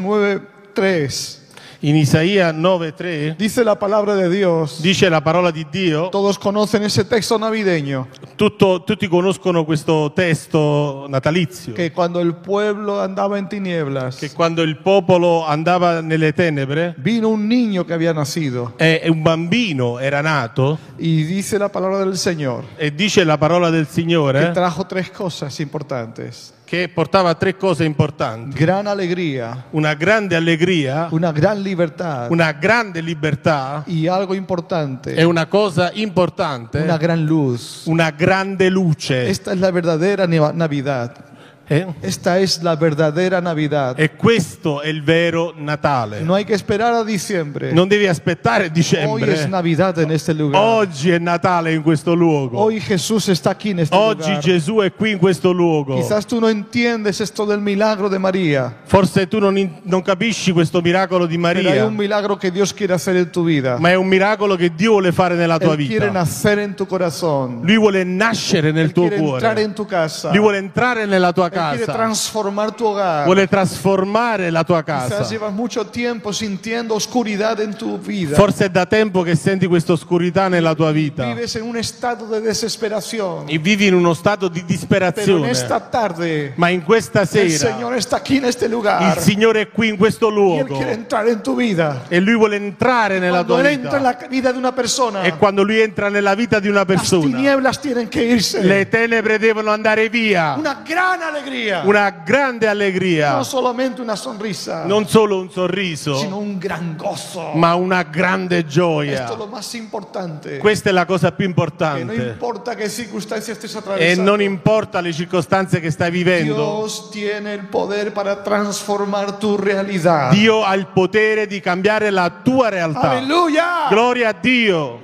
Speaker 3: 9:3
Speaker 2: In Isaia 9:3
Speaker 3: dice la palabra de Dios.
Speaker 2: dice la parola di Dio,
Speaker 3: Todos conocen ese texto navideño
Speaker 2: tutto- tutti conoscono questo testo natalizio, che,
Speaker 3: que cuando el pueblo andaba en tinieblas
Speaker 2: quando il popolo andava nelle tenebre
Speaker 3: vino un niño que había nacido
Speaker 2: e e un bambino era nato
Speaker 3: y dice la palabra del Señor
Speaker 2: e dice la parola del
Speaker 3: que
Speaker 2: Signore
Speaker 3: trajo tres cosas importantes:
Speaker 2: che portava tre cose importanti,
Speaker 3: gran alegría,
Speaker 2: una grande allegria,
Speaker 3: una gran libertad
Speaker 2: una grande libertà
Speaker 3: y algo
Speaker 2: e
Speaker 3: importante,
Speaker 2: una cosa importante,
Speaker 3: una
Speaker 2: una,
Speaker 3: gran luz.
Speaker 2: grande luce.
Speaker 3: Esta es la verdadera neva- Navidad.
Speaker 2: Eh?
Speaker 3: Esta es la verdadera Navidad.
Speaker 2: E questo è il vero Natale.
Speaker 3: No hay que esperar a diciembre.
Speaker 2: Non devi aspettare
Speaker 3: Hoy es
Speaker 2: dicembre.
Speaker 3: Navidad en este lugar.
Speaker 2: Oggi è Natale in questo luogo.
Speaker 3: Hoy Jesús está aquí en este
Speaker 2: Oggi
Speaker 3: lugar.
Speaker 2: Gesù è qui in questo luogo.
Speaker 3: Quizás tú no entiendes esto del milagro de María,
Speaker 2: Forse tu non, in- non capisci questo miracolo di
Speaker 3: pero hay
Speaker 2: Maria,
Speaker 3: un milagro que Dios quiere hacer en tu vida.
Speaker 2: ma è un miracolo che Dio vuole fare nella tua
Speaker 3: Él quiere
Speaker 2: vita.
Speaker 3: nacer en tu corazón.
Speaker 2: Lui vuole nascere nel
Speaker 3: Él
Speaker 2: tuo
Speaker 3: quiere entrar
Speaker 2: cuore.
Speaker 3: en tu casa.
Speaker 2: Lui
Speaker 3: Él
Speaker 2: vuole entrare nella tua
Speaker 3: quiere
Speaker 2: casa.
Speaker 3: transformar tu hogar.
Speaker 2: Vuole trasformare la tua
Speaker 3: Quizás
Speaker 2: casa.
Speaker 3: llevas mucho tiempo sintiendo oscuridad en tu vida.
Speaker 2: Forse è da tempo che senti questa oscurità nella tua vita.
Speaker 3: Vives en un estado de desesperación.
Speaker 2: E vivi in uno stato di
Speaker 3: Pero en
Speaker 2: disperazione.
Speaker 3: esta tarde,
Speaker 2: Ma in questa
Speaker 3: el
Speaker 2: sera
Speaker 3: Señor está aquí en este
Speaker 2: il
Speaker 3: lugar.
Speaker 2: Signore è qui in questo
Speaker 3: Y Él
Speaker 2: luogo
Speaker 3: quiere entrar en tu vida.
Speaker 2: e Lui vuole entrare nella
Speaker 3: Cuando
Speaker 2: tua
Speaker 3: Él entra en
Speaker 2: vita.
Speaker 3: la vida de una persona,
Speaker 2: E quando Lui entra nella vita di una
Speaker 3: las
Speaker 2: persona,
Speaker 3: tinieblas tienen que irse.
Speaker 2: le tenebre devono andare via.
Speaker 3: una gran alegría.
Speaker 2: Ah. Una grande allegria,
Speaker 3: no solamente una sonrisa,
Speaker 2: non solo un
Speaker 3: sino
Speaker 2: sorriso,
Speaker 3: un gran gozo.
Speaker 2: ma una grande
Speaker 3: Esto es lo
Speaker 2: gioia.
Speaker 3: más importante.
Speaker 2: Questa è la cosa più
Speaker 3: que no
Speaker 2: importante.
Speaker 3: importa qué circunstancia estés
Speaker 2: E
Speaker 3: atravesando,
Speaker 2: non importa le circostanze che stai vivendo,
Speaker 3: Dios tiene el poder para transformar tu realidad.
Speaker 2: Dio ha il potere di cambiare la tua realtà.
Speaker 3: Aleluya.
Speaker 2: Gloria a Dio.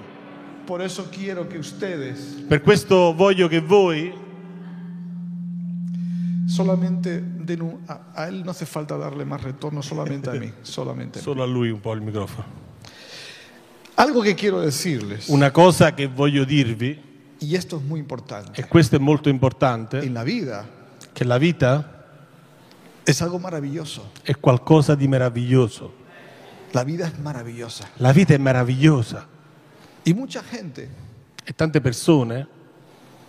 Speaker 3: Por eso quiero que ustedes
Speaker 2: Per questo voglio che voi
Speaker 3: solamente den un- a, a él no hace falta darle más retorno, solamente a mí, solamente. a mí.
Speaker 2: Solo a lui un po' il microfono.
Speaker 3: Algo que quiero decirles,
Speaker 2: Una cosa che voglio dirvi,
Speaker 3: y esto es muy importante,
Speaker 2: e questo è molto importante,
Speaker 3: en la vida
Speaker 2: che la vita
Speaker 3: es algo maravilloso.
Speaker 2: è qualcosa di meraviglioso.
Speaker 3: La vida es maravillosa.
Speaker 2: La vita è meravigliosa
Speaker 3: Y mucha gente
Speaker 2: e tante persone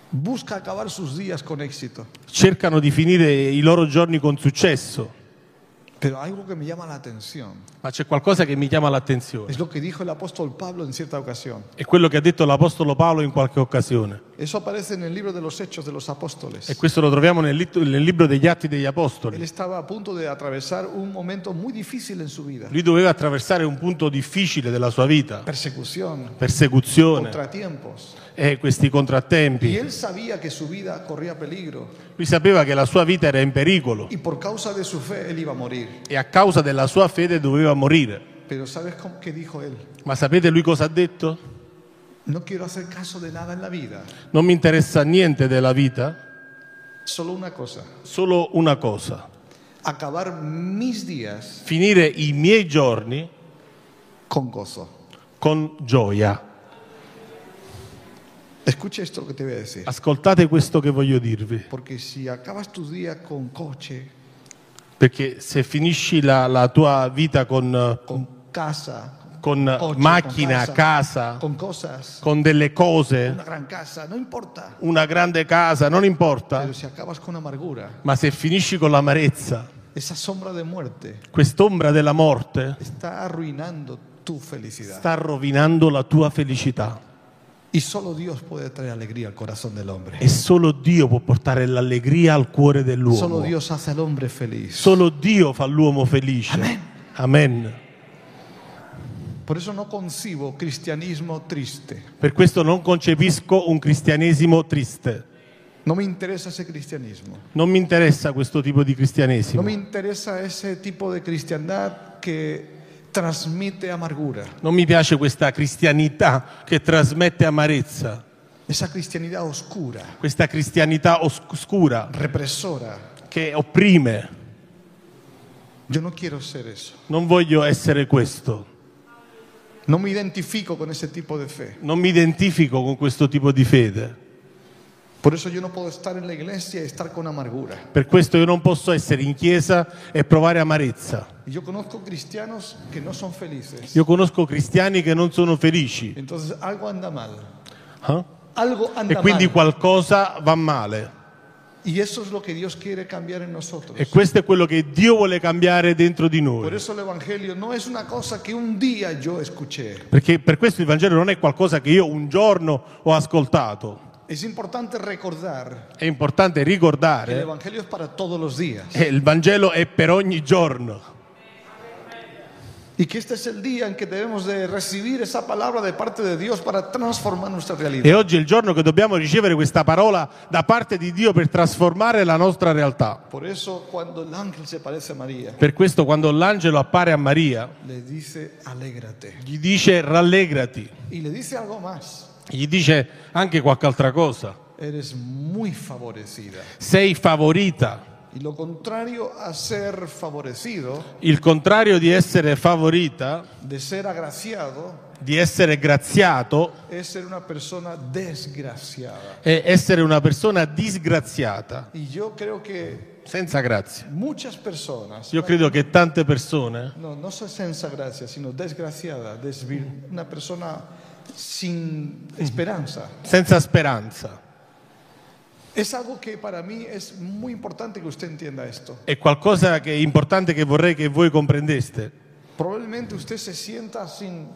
Speaker 3: busca acabar sus días con éxito.
Speaker 2: cercano di finire i loro giorni con successo,
Speaker 3: Pero algo que me llama la atención
Speaker 2: ma c'è qualcosa che mi chiama l'attenzione.
Speaker 3: es lo que dijo el apóstol Pablo en cierta ocasión.
Speaker 2: È quello che ha detto l'Apostolo Paolo in qualche occasione.
Speaker 3: Eso aparece en el libro de los Hechos de los Apóstoles.
Speaker 2: E questo lo troviamo nel, lit- nel libro degli Atti degli
Speaker 3: Él
Speaker 2: Apostoli.
Speaker 3: estaba a punto de atravesar un momento muy difícil en su vida.
Speaker 2: Lui doveva attraversare un punto difficile della sua vita,
Speaker 3: Persecución,
Speaker 2: persecuzione
Speaker 3: contratiempos.
Speaker 2: e questi
Speaker 3: Y
Speaker 2: contrattempi.
Speaker 3: él sabía que su vida corría peligro.
Speaker 2: Lui sapeva che la sua vita era in pericolo
Speaker 3: Y por causa de su fe, él iba a morir.
Speaker 2: e a causa della sua fede doveva morire.
Speaker 3: Pero ¿sabes cómo- qué dijo él?
Speaker 2: Ma sapete lui cosa ha detto?
Speaker 3: No quiero hacer caso de nada en la vida.
Speaker 2: Non mi interessa niente della vita,
Speaker 3: Solo una cosa.
Speaker 2: solo una cosa,
Speaker 3: Acabar mis días
Speaker 2: finire i miei giorni
Speaker 3: con gozo.
Speaker 2: con gioia.
Speaker 3: Escucha esto que te voy a decir.
Speaker 2: Ascoltate questo che voglio dirvi,
Speaker 3: Porque si acabas tu día con coche,
Speaker 2: perché se finisci la, la tua vita con, eh,
Speaker 3: con casa,
Speaker 2: con eh,
Speaker 3: coche,
Speaker 2: macchina,
Speaker 3: con
Speaker 2: casa,
Speaker 3: con cosas,
Speaker 2: con delle cose,
Speaker 3: una gran casa, no importa.
Speaker 2: una grande casa, non importa,
Speaker 3: Pero si acabas con amargura,
Speaker 2: ma se finisci con l'amarezza,
Speaker 3: esa sombra de muerte
Speaker 2: quest'ombra della morte
Speaker 3: está arruinando tu felicidad.
Speaker 2: sta rovinando la tua felicità
Speaker 3: Y solo Dios puede traer alegría al corazón del hombre.
Speaker 2: e solo Dio può portare l'allegria al cuore dell'uomo.
Speaker 3: Solo Dios hace al hombre feliz.
Speaker 2: Solo Dio fa l'uomo felice. Amen.
Speaker 3: Por eso no concibo cristianismo triste.
Speaker 2: Per questo non concepisco un cristianesimo triste.
Speaker 3: No me interesa ese cristianismo.
Speaker 2: Non mi interessa questo tipo di
Speaker 3: No
Speaker 2: cristianesimo.
Speaker 3: me interesa ese tipo de cristiandad que transmite amargura.
Speaker 2: Non mi piace questa cristianità che trasmette amarezza,
Speaker 3: Esa cristianidad oscura,
Speaker 2: questa cristianità oscura
Speaker 3: represora.
Speaker 2: che opprime.
Speaker 3: Yo no quiero ser eso.
Speaker 2: Non voglio essere questo.
Speaker 3: No me identifico con ese tipo de fe.
Speaker 2: Non mi identifico con questo tipo di fede.
Speaker 3: Por eso yo no puedo estar en la iglesia y estar con amargura.
Speaker 2: Per questo io non posso essere in chiesa e provare amarezza.
Speaker 3: Y yo conozco cristianos que no son felices.
Speaker 2: Io conosco cristiani che non sono felici
Speaker 3: Entonces algo anda mal.
Speaker 2: eh?
Speaker 3: Algo
Speaker 2: e
Speaker 3: anda
Speaker 2: quindi
Speaker 3: mal.
Speaker 2: qualcosa va male.
Speaker 3: Y eso es lo que Dios quiere cambiar en nosotros.
Speaker 2: E questo è quello che Dio vuole cambiare dentro di
Speaker 3: Por
Speaker 2: noi.
Speaker 3: eso el Evangelio no es una cosa que un día yo escuché.
Speaker 2: Perché per questo il Vangelo non è qualcosa che io un giorno ho ascoltato.
Speaker 3: Es importante recordar
Speaker 2: È importante
Speaker 3: que el
Speaker 2: ricordare
Speaker 3: Evangelio es para todos los días
Speaker 2: che il Vangelo è per ogni giorno
Speaker 3: y que este es el día en que debemos de recibir esa palabra de parte de Dios para transformar nuestra
Speaker 2: e
Speaker 3: realidad.
Speaker 2: oggi è il giorno che dobbiamo ricevere questa parola da parte di Dio per trasformare la nostra realtà.
Speaker 3: Por eso cuando el ángel se parece a María,
Speaker 2: Per questo quando l'angelo appare a Maria
Speaker 3: le dice, alégrate.
Speaker 2: gli dice rallegrati,
Speaker 3: Y le dice algo más,
Speaker 2: gli dice anche qualche altra cosa,
Speaker 3: eres muy favorecida.
Speaker 2: sei favorita.
Speaker 3: Y lo contrario a ser favorecido,
Speaker 2: Il contrario di essere favorita,
Speaker 3: de ser agraciado,
Speaker 2: di essere graziato,
Speaker 3: es ser una persona desgraciada.
Speaker 2: è essere una persona disgraziata,
Speaker 3: Y yo creo que
Speaker 2: senza grazia.
Speaker 3: muchas personas...
Speaker 2: Io credo che tante persone,
Speaker 3: No, no soy senza gracia, sino desgraciada, desvir- una persona sin esperanza.
Speaker 2: senza speranza,
Speaker 3: Es algo que para mí es muy importante que usted entienda esto.
Speaker 2: è qualcosa che è importante che vorrei che voi comprendeste.
Speaker 3: Probablemente usted se sienta sin,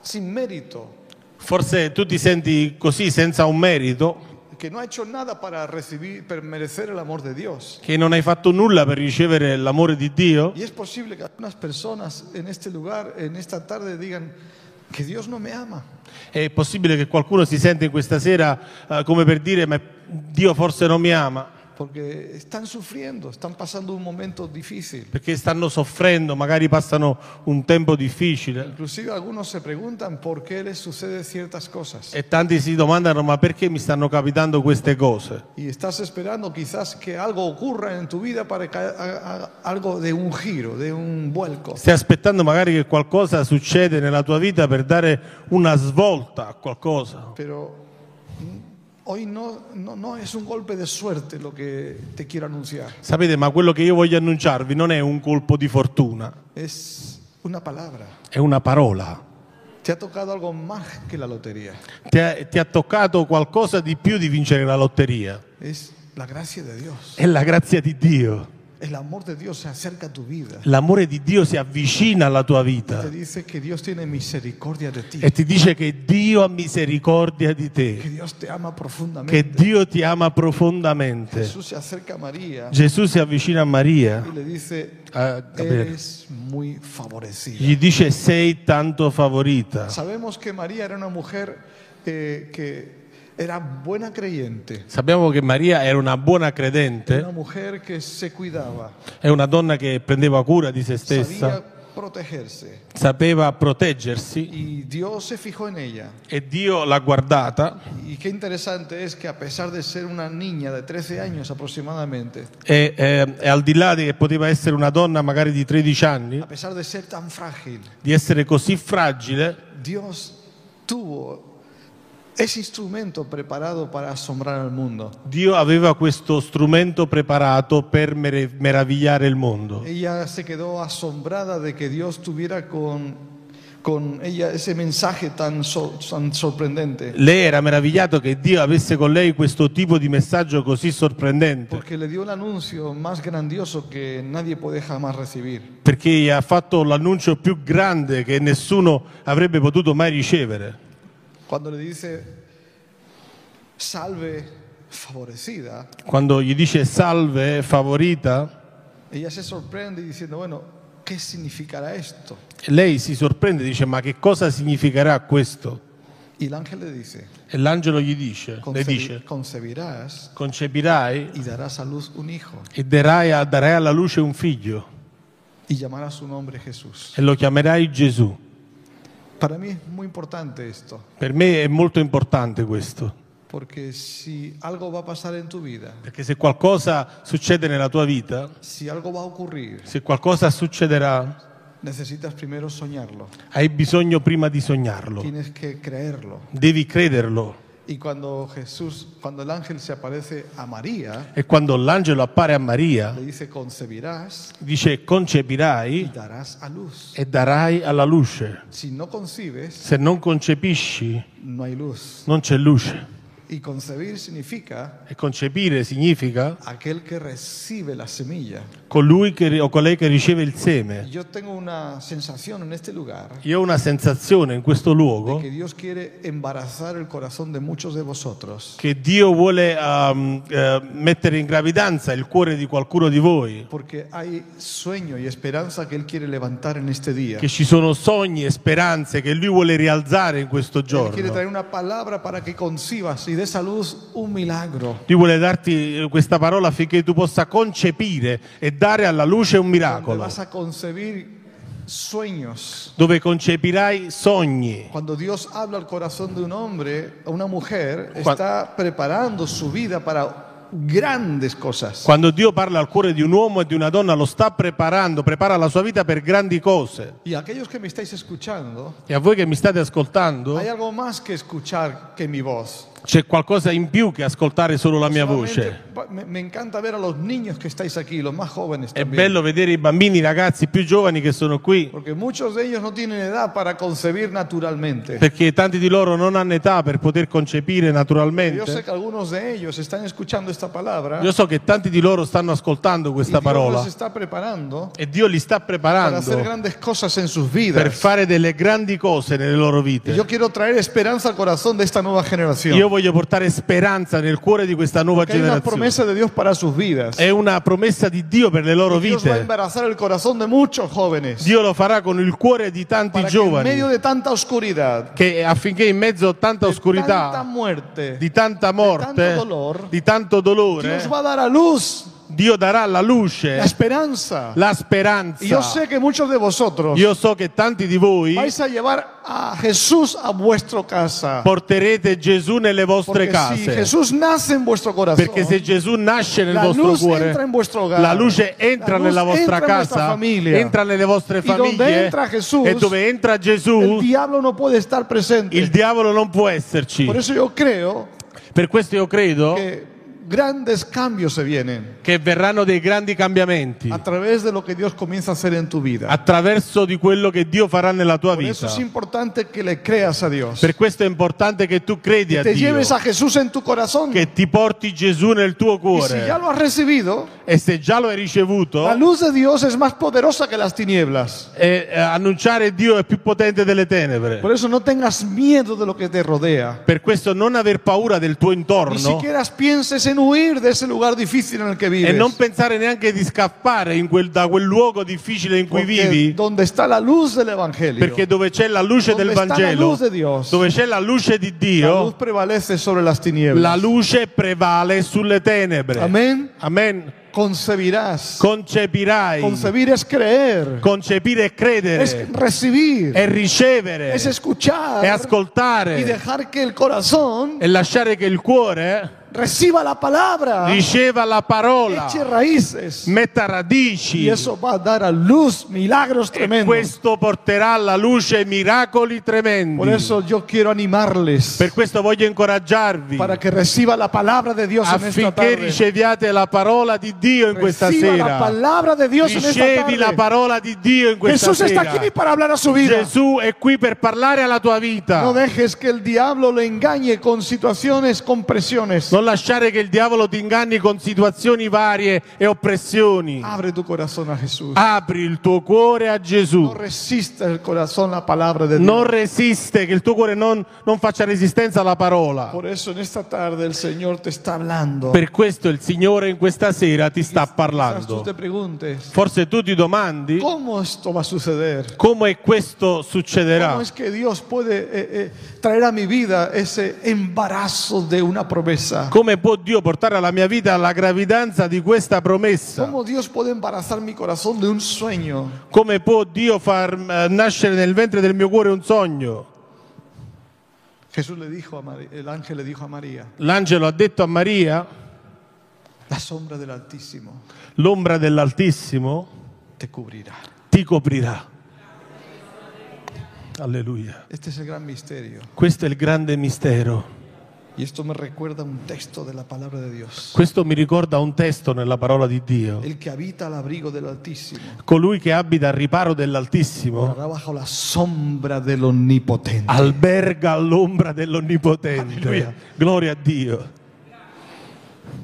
Speaker 3: sin mérito,
Speaker 2: Forse tu ti senti così senza un merito,
Speaker 3: que no ha hecho nada para recibir, para merecer el amor de Dios.
Speaker 2: che non hai fatto nulla per ricevere l'amore di Dio
Speaker 3: Y es posible que algunas personas en este lugar, en esta tarde, digan que Dios no me ama.
Speaker 2: È possibile che qualcuno si sente in questa sera eh, come per dire ma Dio forse non mi ama
Speaker 3: Porque están sufriendo, están pasando un momento difícil.
Speaker 2: perché stanno soffrendo, magari passano un tempo difficile
Speaker 3: Inclusive algunos se preguntan por qué les sucede ciertas cosas.
Speaker 2: e tanti si domandano ma perché mi stanno capitando queste cose?
Speaker 3: Y estás esperando quizás que algo ocurra en tu vida para que ha- ha- algo de un giro, de un vuelco.
Speaker 2: Stai aspettando magari che qualcosa succede nella tua vita per dare una svolta a qualcosa,
Speaker 3: Pero mm, hoy no, no, no es un golpe de suerte lo que te quiero anunciar.
Speaker 2: sapete ma quello che io voglio annunciarvi non è un colpo di fortuna,
Speaker 3: Es una palabra.
Speaker 2: è una parola.
Speaker 3: Te ha tocado algo más que la lotería.
Speaker 2: Ti ha- ti ha toccato qualcosa di più di vincere la lotteria,
Speaker 3: Es la gracia de Dios.
Speaker 2: è la grazia di Dio.
Speaker 3: el amor de Dios se acerca a tu vida.
Speaker 2: L'amore di Dio si avvicina alla tua
Speaker 3: Te
Speaker 2: vita
Speaker 3: dice que Dios tiene misericordia de ti,
Speaker 2: e ti dice che Dio ha misericordia di
Speaker 3: que
Speaker 2: te,
Speaker 3: Dios te ama
Speaker 2: che
Speaker 3: profundamente.
Speaker 2: Dio ti ama profondamente.
Speaker 3: Jesús se acerca a María
Speaker 2: Gesù si avvicina a Maria,
Speaker 3: y le dice,
Speaker 2: a Gabriele,
Speaker 3: eres muy favorecida.
Speaker 2: gli dice sei tanto favorita.
Speaker 3: Sabemos que María era una mujer eh, que era buena creyente,
Speaker 2: Sappiamo che Maria era una buona
Speaker 3: una
Speaker 2: credente,
Speaker 3: mujer que se cuidaba,
Speaker 2: è una donna che prendeva cura di se stessa,
Speaker 3: sabía protegerse
Speaker 2: sapeva proteggersi
Speaker 3: y Dios se fijó en ella.
Speaker 2: e Dio l'ha guardata
Speaker 3: Y qué interesante es que a pesar de ser una niña de 13 años aproximadamente,
Speaker 2: e, eh, e al di là di che poteva essere una donna magari di 13 anni,
Speaker 3: a pesar de ser tan frágil,
Speaker 2: di essere così fragile,
Speaker 3: Dios tuvo ese instrumento preparado para asombrar al mundo.
Speaker 2: Dio aveva questo strumento preparato per mere- meravigliare il mondo.
Speaker 3: Ella se quedó asombrada de que Dios tuviera con, con ella ese mensaje tan, sor- tan sorprendente,
Speaker 2: Lei era meravigliato che Dio avesse con lei questo tipo di messaggio così sorprendente,
Speaker 3: porque le dio el anuncio más grandioso que nadie puede jamás recibir.
Speaker 2: perché gli ha fatto l'annuncio più grande che nessuno avrebbe potuto mai ricevere.
Speaker 3: Cuando le dice, salve favorecida,
Speaker 2: Quando gli dice salve, favorita,
Speaker 3: ella se sorprende diciendo, bueno, ¿qué significará esto?
Speaker 2: lei si sorprende e dice ma che cosa significherà questo?
Speaker 3: Y el ángel le dice,
Speaker 2: E l'angelo gli dice, le
Speaker 3: "Concebi-
Speaker 2: dice,
Speaker 3: concebirás
Speaker 2: concepirai
Speaker 3: y darás a luz un hijo
Speaker 2: e darai, a- darai alla luce un figlio
Speaker 3: y llamarás su nombre Jesús.
Speaker 2: e lo chiamerai Gesù.
Speaker 3: Para mí es muy importante esto.
Speaker 2: Per me è molto importante questo,
Speaker 3: Porque si algo va a pasar en tu vida,
Speaker 2: perché se qualcosa succede nella tua vita,
Speaker 3: si algo va a ocurrir,
Speaker 2: se qualcosa succederà,
Speaker 3: necesitas primero soñarlo,
Speaker 2: hai bisogno prima di sognarlo,
Speaker 3: tienes que creerlo.
Speaker 2: devi crederlo.
Speaker 3: Y cuando Jesús, cuando el ángel se aparece a María,
Speaker 2: E quando l'angelo appare a Maria,
Speaker 3: le dice, concebirás
Speaker 2: dice
Speaker 3: y
Speaker 2: concepirai
Speaker 3: darás a luz.
Speaker 2: e darai alla luce.
Speaker 3: Si no concibes,
Speaker 2: Se non concepisci,
Speaker 3: no hay luz.
Speaker 2: non c'è luce.
Speaker 3: Y concebir significa
Speaker 2: E concepire significa
Speaker 3: aquel que recibe la semilla.
Speaker 2: colui che, o colei che riceve il seme.
Speaker 3: Yo tengo una sensación en este lugar
Speaker 2: Io ho una sensazione in questo luogo
Speaker 3: que Dios quiere embarazar el corazón de muchos de vosotros.
Speaker 2: che Dio vuole ehm, eh, mettere in gravidanza il cuore di qualcuno di voi,
Speaker 3: Porque hay sueño y esperanza que Él quiere levantar en este día.
Speaker 2: che ci sono sogni e speranze che Lui vuole rialzare in questo
Speaker 3: Él quiere traer
Speaker 2: giorno.
Speaker 3: una palabra para que concibas y des a luz un milagro.
Speaker 2: Lui vuole darti eh, questa parola affinché tu possa concepire e dare alla luce un
Speaker 3: Donde
Speaker 2: miracolo,
Speaker 3: vas a concebir sueños.
Speaker 2: dove concepirai sogni.
Speaker 3: Cuando Dios habla al corazón de un hombre, a una mujer,
Speaker 2: Cuan-
Speaker 3: está preparando su vida para grandes cosas.
Speaker 2: Quando Dio parla al cuore di un uomo e di una donna, lo sta preparando, prepara la sua vita per grandi cose.
Speaker 3: Y aquellos que me estáis escuchando,
Speaker 2: E a voi che mi state ascoltando,
Speaker 3: hay algo más que escuchar que mi voz.
Speaker 2: c'è qualcosa in più che ascoltare solo la mia voce.
Speaker 3: Solamente pa- Me, me encanta ver a los niños que estáis aquí, los más jóvenes
Speaker 2: È
Speaker 3: también.
Speaker 2: bello vedere i bambini, i ragazzi più giovani che sono qui,
Speaker 3: Porque muchos de ellos no tienen edad para concebir naturalmente.
Speaker 2: perché tanti di loro non hanno età per poter concepire
Speaker 3: Yo sé
Speaker 2: naturalmente.
Speaker 3: que algunos de ellos están escuchando esta palabra.
Speaker 2: Io so che tanti di loro stanno ascoltando
Speaker 3: y
Speaker 2: questa
Speaker 3: Dios
Speaker 2: parola
Speaker 3: los está preparando
Speaker 2: e Dio li sta
Speaker 3: para hacer
Speaker 2: preparando
Speaker 3: grandes cosas en sus
Speaker 2: per
Speaker 3: vidas.
Speaker 2: fare delle grandi cose nelle loro
Speaker 3: Y Yo
Speaker 2: vite.
Speaker 3: quiero traer esperanza al corazón de esta nueva generación.
Speaker 2: Io voglio portare speranza nel cuore di questa nuova
Speaker 3: Porque hay una
Speaker 2: generazione.
Speaker 3: promesa de Dios para sus vidas.
Speaker 2: È una promessa di Dio per le loro
Speaker 3: Dios va a
Speaker 2: vite.
Speaker 3: embarazar el corazón de muchos jóvenes.
Speaker 2: Dio lo farà con il cuore di tanti
Speaker 3: para que en medio
Speaker 2: giovani
Speaker 3: de tanta oscuridad,
Speaker 2: che affinché in mezzo a tanta
Speaker 3: tanta
Speaker 2: oscurità,
Speaker 3: muerte,
Speaker 2: di tanta morte,
Speaker 3: dolor,
Speaker 2: di tanto dolore,
Speaker 3: Dios va a dar a luz
Speaker 2: Dio darà la
Speaker 3: la
Speaker 2: luce,
Speaker 3: esperanza.
Speaker 2: Eh. la
Speaker 3: Y yo
Speaker 2: speranza.
Speaker 3: sé que muchos de vosotros
Speaker 2: Io so che tanti di voi
Speaker 3: vais a llevar a Jesús a vuestra casa.
Speaker 2: porterete Gesù nelle vostre
Speaker 3: Porque si
Speaker 2: case.
Speaker 3: Jesús nace en vuestro corazón,
Speaker 2: Perché se Gesù nasce nel
Speaker 3: la
Speaker 2: vostro
Speaker 3: luz
Speaker 2: cuore,
Speaker 3: entra en vuestro hogar,
Speaker 2: la luce entra
Speaker 3: la luz
Speaker 2: nella vostra
Speaker 3: entra en vuestra
Speaker 2: casa,
Speaker 3: familia.
Speaker 2: entra nelle vostre
Speaker 3: Y donde
Speaker 2: famiglie.
Speaker 3: entra Gesù,
Speaker 2: E dove entra
Speaker 3: el
Speaker 2: Gesù,
Speaker 3: diablo no puede estar presente.
Speaker 2: il diavolo non può esserci.
Speaker 3: Por eso yo creo
Speaker 2: Per questo io credo
Speaker 3: que grandes cambios se vienen
Speaker 2: che verranno dei grandi cambiamenti
Speaker 3: a través de lo que Dios comienza a hacer en tu vida.
Speaker 2: attraverso di quello che Dio farà nella tua
Speaker 3: Por eso
Speaker 2: vita.
Speaker 3: es importante que le creas a Dios.
Speaker 2: Per questo è importante che tu credi a
Speaker 3: Te
Speaker 2: Dio,
Speaker 3: lleves a Jesús en tu corazón.
Speaker 2: che ti porti Gesù nel tuo
Speaker 3: Y si ya
Speaker 2: cuore
Speaker 3: lo has recibido,
Speaker 2: e se già lo hai
Speaker 3: la
Speaker 2: ricevuto,
Speaker 3: luz de Dios es más poderosa que las tinieblas.
Speaker 2: eh, eh, annunciare Dio è più potente delle
Speaker 3: Por
Speaker 2: tenebre.
Speaker 3: eso no tengas miedo de lo que te rodea.
Speaker 2: Per questo non aver paura del tuo
Speaker 3: Ni
Speaker 2: intorno
Speaker 3: siquiera pienses en huir de ese lugar difícil en el que
Speaker 2: e
Speaker 3: vives.
Speaker 2: non pensare neanche di scappare in quel- da quel luogo difficile in cui
Speaker 3: Porque
Speaker 2: vivi,
Speaker 3: donde está la luz del Evangelio,
Speaker 2: perché dove c'è la luce
Speaker 3: Dove
Speaker 2: del
Speaker 3: sta la
Speaker 2: Vangelo,
Speaker 3: luce di Dio?
Speaker 2: dove c'è la luce di
Speaker 3: la luz
Speaker 2: Dio,
Speaker 3: prevalece sobre las tinieblas.
Speaker 2: la luce prevale sulle tenebre.
Speaker 3: Amén.
Speaker 2: Amen.
Speaker 3: Concebirás.
Speaker 2: Concepirai.
Speaker 3: Concebir es creer,
Speaker 2: Concepire e credere.
Speaker 3: es recibir,
Speaker 2: e ricevere.
Speaker 3: es escuchar
Speaker 2: e
Speaker 3: y
Speaker 2: ascoltare.
Speaker 3: dejar que el corazón
Speaker 2: E lasciare che il cuore eh,
Speaker 3: reciba la palabra,
Speaker 2: riceva la parola.
Speaker 3: Ah. eche raíces.
Speaker 2: Metta radici.
Speaker 3: Y eso va a dar a luz milagros
Speaker 2: E
Speaker 3: tremendos.
Speaker 2: questo porterà alla luce miracoli tremendi.
Speaker 3: Por eso yo quiero animarles
Speaker 2: per questo voglio incoraggiarvi
Speaker 3: para que reciba la palabra de Dios en esta
Speaker 2: affinché
Speaker 3: tarde.
Speaker 2: riceviate la parola di Dio in questa
Speaker 3: Reciba
Speaker 2: sera.
Speaker 3: la palabra de Dios en esta
Speaker 2: Ricevi la
Speaker 3: tarde.
Speaker 2: parola di Dio in questa
Speaker 3: Jesús está
Speaker 2: sera.
Speaker 3: aquí para hablar a su vida.
Speaker 2: Gesù è qui per parlare alla tua vita.
Speaker 3: No dejes que el diablo le engañe con situaciones, con presiones.
Speaker 2: Non lasciare che il diavolo ti inganni con situazioni varie e oppressioni.
Speaker 3: Abre tu corazón a Jesús.
Speaker 2: Apri il tuo cuore a
Speaker 3: No
Speaker 2: Gesù.
Speaker 3: resista el corazón la palabra de
Speaker 2: Non
Speaker 3: Dios.
Speaker 2: resiste, che il tuo cuore non, non faccia resistenza alla parola.
Speaker 3: Por eso en esta tarde el Señor te está hablando.
Speaker 2: Per questo il Signore in questa sera ti sta
Speaker 3: Quizás tú te
Speaker 2: parlando.
Speaker 3: preguntes,
Speaker 2: Forse tu ti domandi
Speaker 3: ¿cómo esto va a suceder?
Speaker 2: come questo
Speaker 3: ¿Cómo
Speaker 2: succederà.
Speaker 3: es que Dios puede eh, eh, traer a mi vida ese embarazo de una promesa?
Speaker 2: Come può Dio portare alla mia vita la gravidanza di questa promessa?
Speaker 3: ¿Cómo Dios puede embarazar mi corazón de un sueño?
Speaker 2: Come può Dio far eh, nascere nel ventre del mio cuore un sogno?
Speaker 3: Jesús le dijo a María, el ángel le dijo a María,
Speaker 2: L'angelo ha detto a Maria,
Speaker 3: la sombra del Altísimo
Speaker 2: l'ombra dell'Altissimo
Speaker 3: te cubrirá.
Speaker 2: ti coprirà. Alleluia.
Speaker 3: Este es el gran misterio.
Speaker 2: Questo è il grande mistero.
Speaker 3: Y esto me recuerda a un texto de la palabra de Dios.
Speaker 2: Questo mi ricorda un testo nella parola di Dio.
Speaker 3: El que habita al abrigo del Altísimo
Speaker 2: Colui che abita al riparo dell'Altissimo
Speaker 3: morará bajo la sombra del Omnipotente.
Speaker 2: alberga all'ombra dell'Onnipotente.
Speaker 3: Alleluia.
Speaker 2: Gloria a Dio.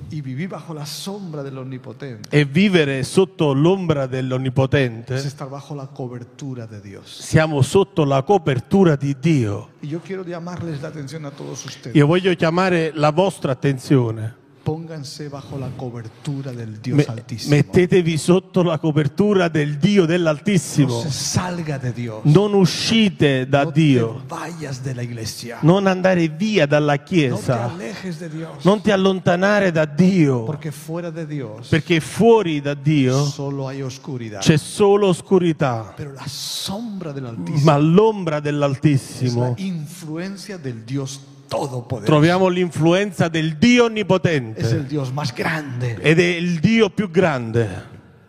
Speaker 3: Y vivir bajo la sombra del Omnipotente
Speaker 2: E vivere sotto l'ombra
Speaker 3: es
Speaker 2: dell'Onnipotente,
Speaker 3: estar bajo la cobertura de Dios.
Speaker 2: siamo sotto la copertura di Dio.
Speaker 3: Y yo quiero llamarles la atención a todos ustedes.
Speaker 2: Io voglio chiamare la vostra attenzione.
Speaker 3: Pónganse bajo la cobertura del Dios
Speaker 2: Me-
Speaker 3: Altísimo.
Speaker 2: mettetevi sotto la copertura del Dio
Speaker 3: No
Speaker 2: dell'Altissimo.
Speaker 3: se salga de Dios.
Speaker 2: Non uscite da
Speaker 3: No te
Speaker 2: Dio.
Speaker 3: vayas de la iglesia.
Speaker 2: Non andare via dalla
Speaker 3: No te
Speaker 2: Chiesa.
Speaker 3: alejes de Dios.
Speaker 2: Non ti allontanare da Dio.
Speaker 3: Porque fuera de Dios
Speaker 2: Perché fuori da Dio
Speaker 3: solo hay oscuridad.
Speaker 2: c'è solo oscurità.
Speaker 3: Pero la sombra del Altísimo
Speaker 2: Ma l'ombra
Speaker 3: es la
Speaker 2: dell'Altissimo
Speaker 3: influencia del Dios Todopoderoso.
Speaker 2: troviamo l'influenza del Dio
Speaker 3: Es el
Speaker 2: Onnipotente.
Speaker 3: Dios más grande.
Speaker 2: Ed è il Dio più grande.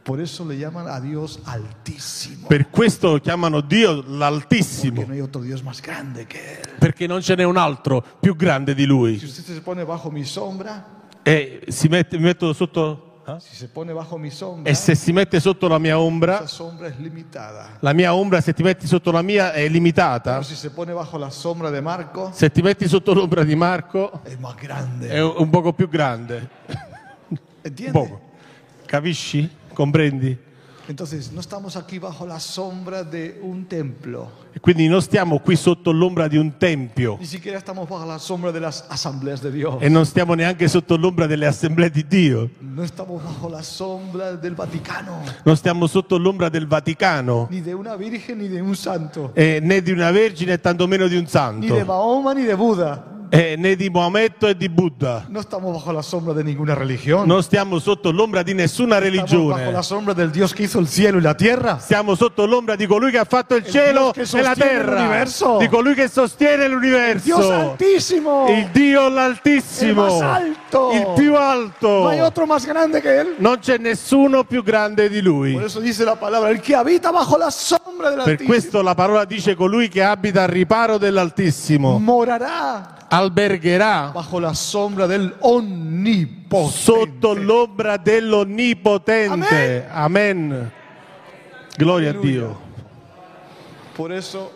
Speaker 3: Por eso le llaman a Dios Altísimo.
Speaker 2: Per questo lo chiamano Dio
Speaker 3: Porque
Speaker 2: l'Altissimo.
Speaker 3: no hay otro Dios más grande que Él.
Speaker 2: Perché non ce n'è un altro più grande di lui.
Speaker 3: Si usted se pone bajo mi sombra,
Speaker 2: e si mette, mi metto sotto eh?
Speaker 3: si se pone bajo mi sombra,
Speaker 2: e se si mette sotto la mia ombra
Speaker 3: esa sombra es limitada.
Speaker 2: la mia ombra se ti metti sotto la mia è limitata
Speaker 3: Pero si se pone bajo la sombra de Marco,
Speaker 2: se ti metti sotto l'ombra di Marco
Speaker 3: es más
Speaker 2: è
Speaker 3: grande.
Speaker 2: un un poco più grande un
Speaker 3: ¿Entiende?
Speaker 2: poco capisci? comprendi?
Speaker 3: Entonces, no estamos aquí bajo la sombra de un templo,
Speaker 2: E quindi non stiamo qui sotto l'ombra di un tempio
Speaker 3: ni siquiera estamos bajo la sombra de las asambleas de Dios,
Speaker 2: e non stiamo neanche sotto l'ombra delle assemblee di Dio
Speaker 3: no estamos bajo la sombra del Vaticano,
Speaker 2: non stiamo sotto l'ombra del Vaticano
Speaker 3: ni de una virgen, ni de un santo,
Speaker 2: eh, né di una vergine tantomeno di un
Speaker 3: ni de
Speaker 2: santo
Speaker 3: Mahoma, ni de Buda.
Speaker 2: eh, né di Maometto e di Buddha
Speaker 3: No estamos bajo la sombra de ninguna religión,
Speaker 2: non stiamo sotto l'ombra di nessuna
Speaker 3: estamos bajo
Speaker 2: religione
Speaker 3: la sombra del Dios que hizo el cielo y la tierra.
Speaker 2: Siamo sotto l'ombra di colui che ha fatto il cielo
Speaker 3: Dio che
Speaker 2: e la
Speaker 3: sostiene
Speaker 2: terra,
Speaker 3: l'universo.
Speaker 2: di colui che sostiene
Speaker 3: Dios
Speaker 2: l'universo,
Speaker 3: altísimo,
Speaker 2: il Dio
Speaker 3: Il
Speaker 2: l'altissimo,
Speaker 3: más alto.
Speaker 2: il più
Speaker 3: no hay
Speaker 2: alto.
Speaker 3: otro más grande que Él.
Speaker 2: Non c'è nessuno più grande di
Speaker 3: Por
Speaker 2: lui.
Speaker 3: eso dice la palabra, el que habita bajo la sombra del
Speaker 2: Per
Speaker 3: Altísimo Mm.
Speaker 2: questo la parola dice colui che abita al riparo dell'altissimo
Speaker 3: morará
Speaker 4: albergherà
Speaker 3: bajo la sombra del omnipotente.
Speaker 2: sotto l'ombra dell'Onnipotente. Amen. Gloria a Dio.
Speaker 3: Por eso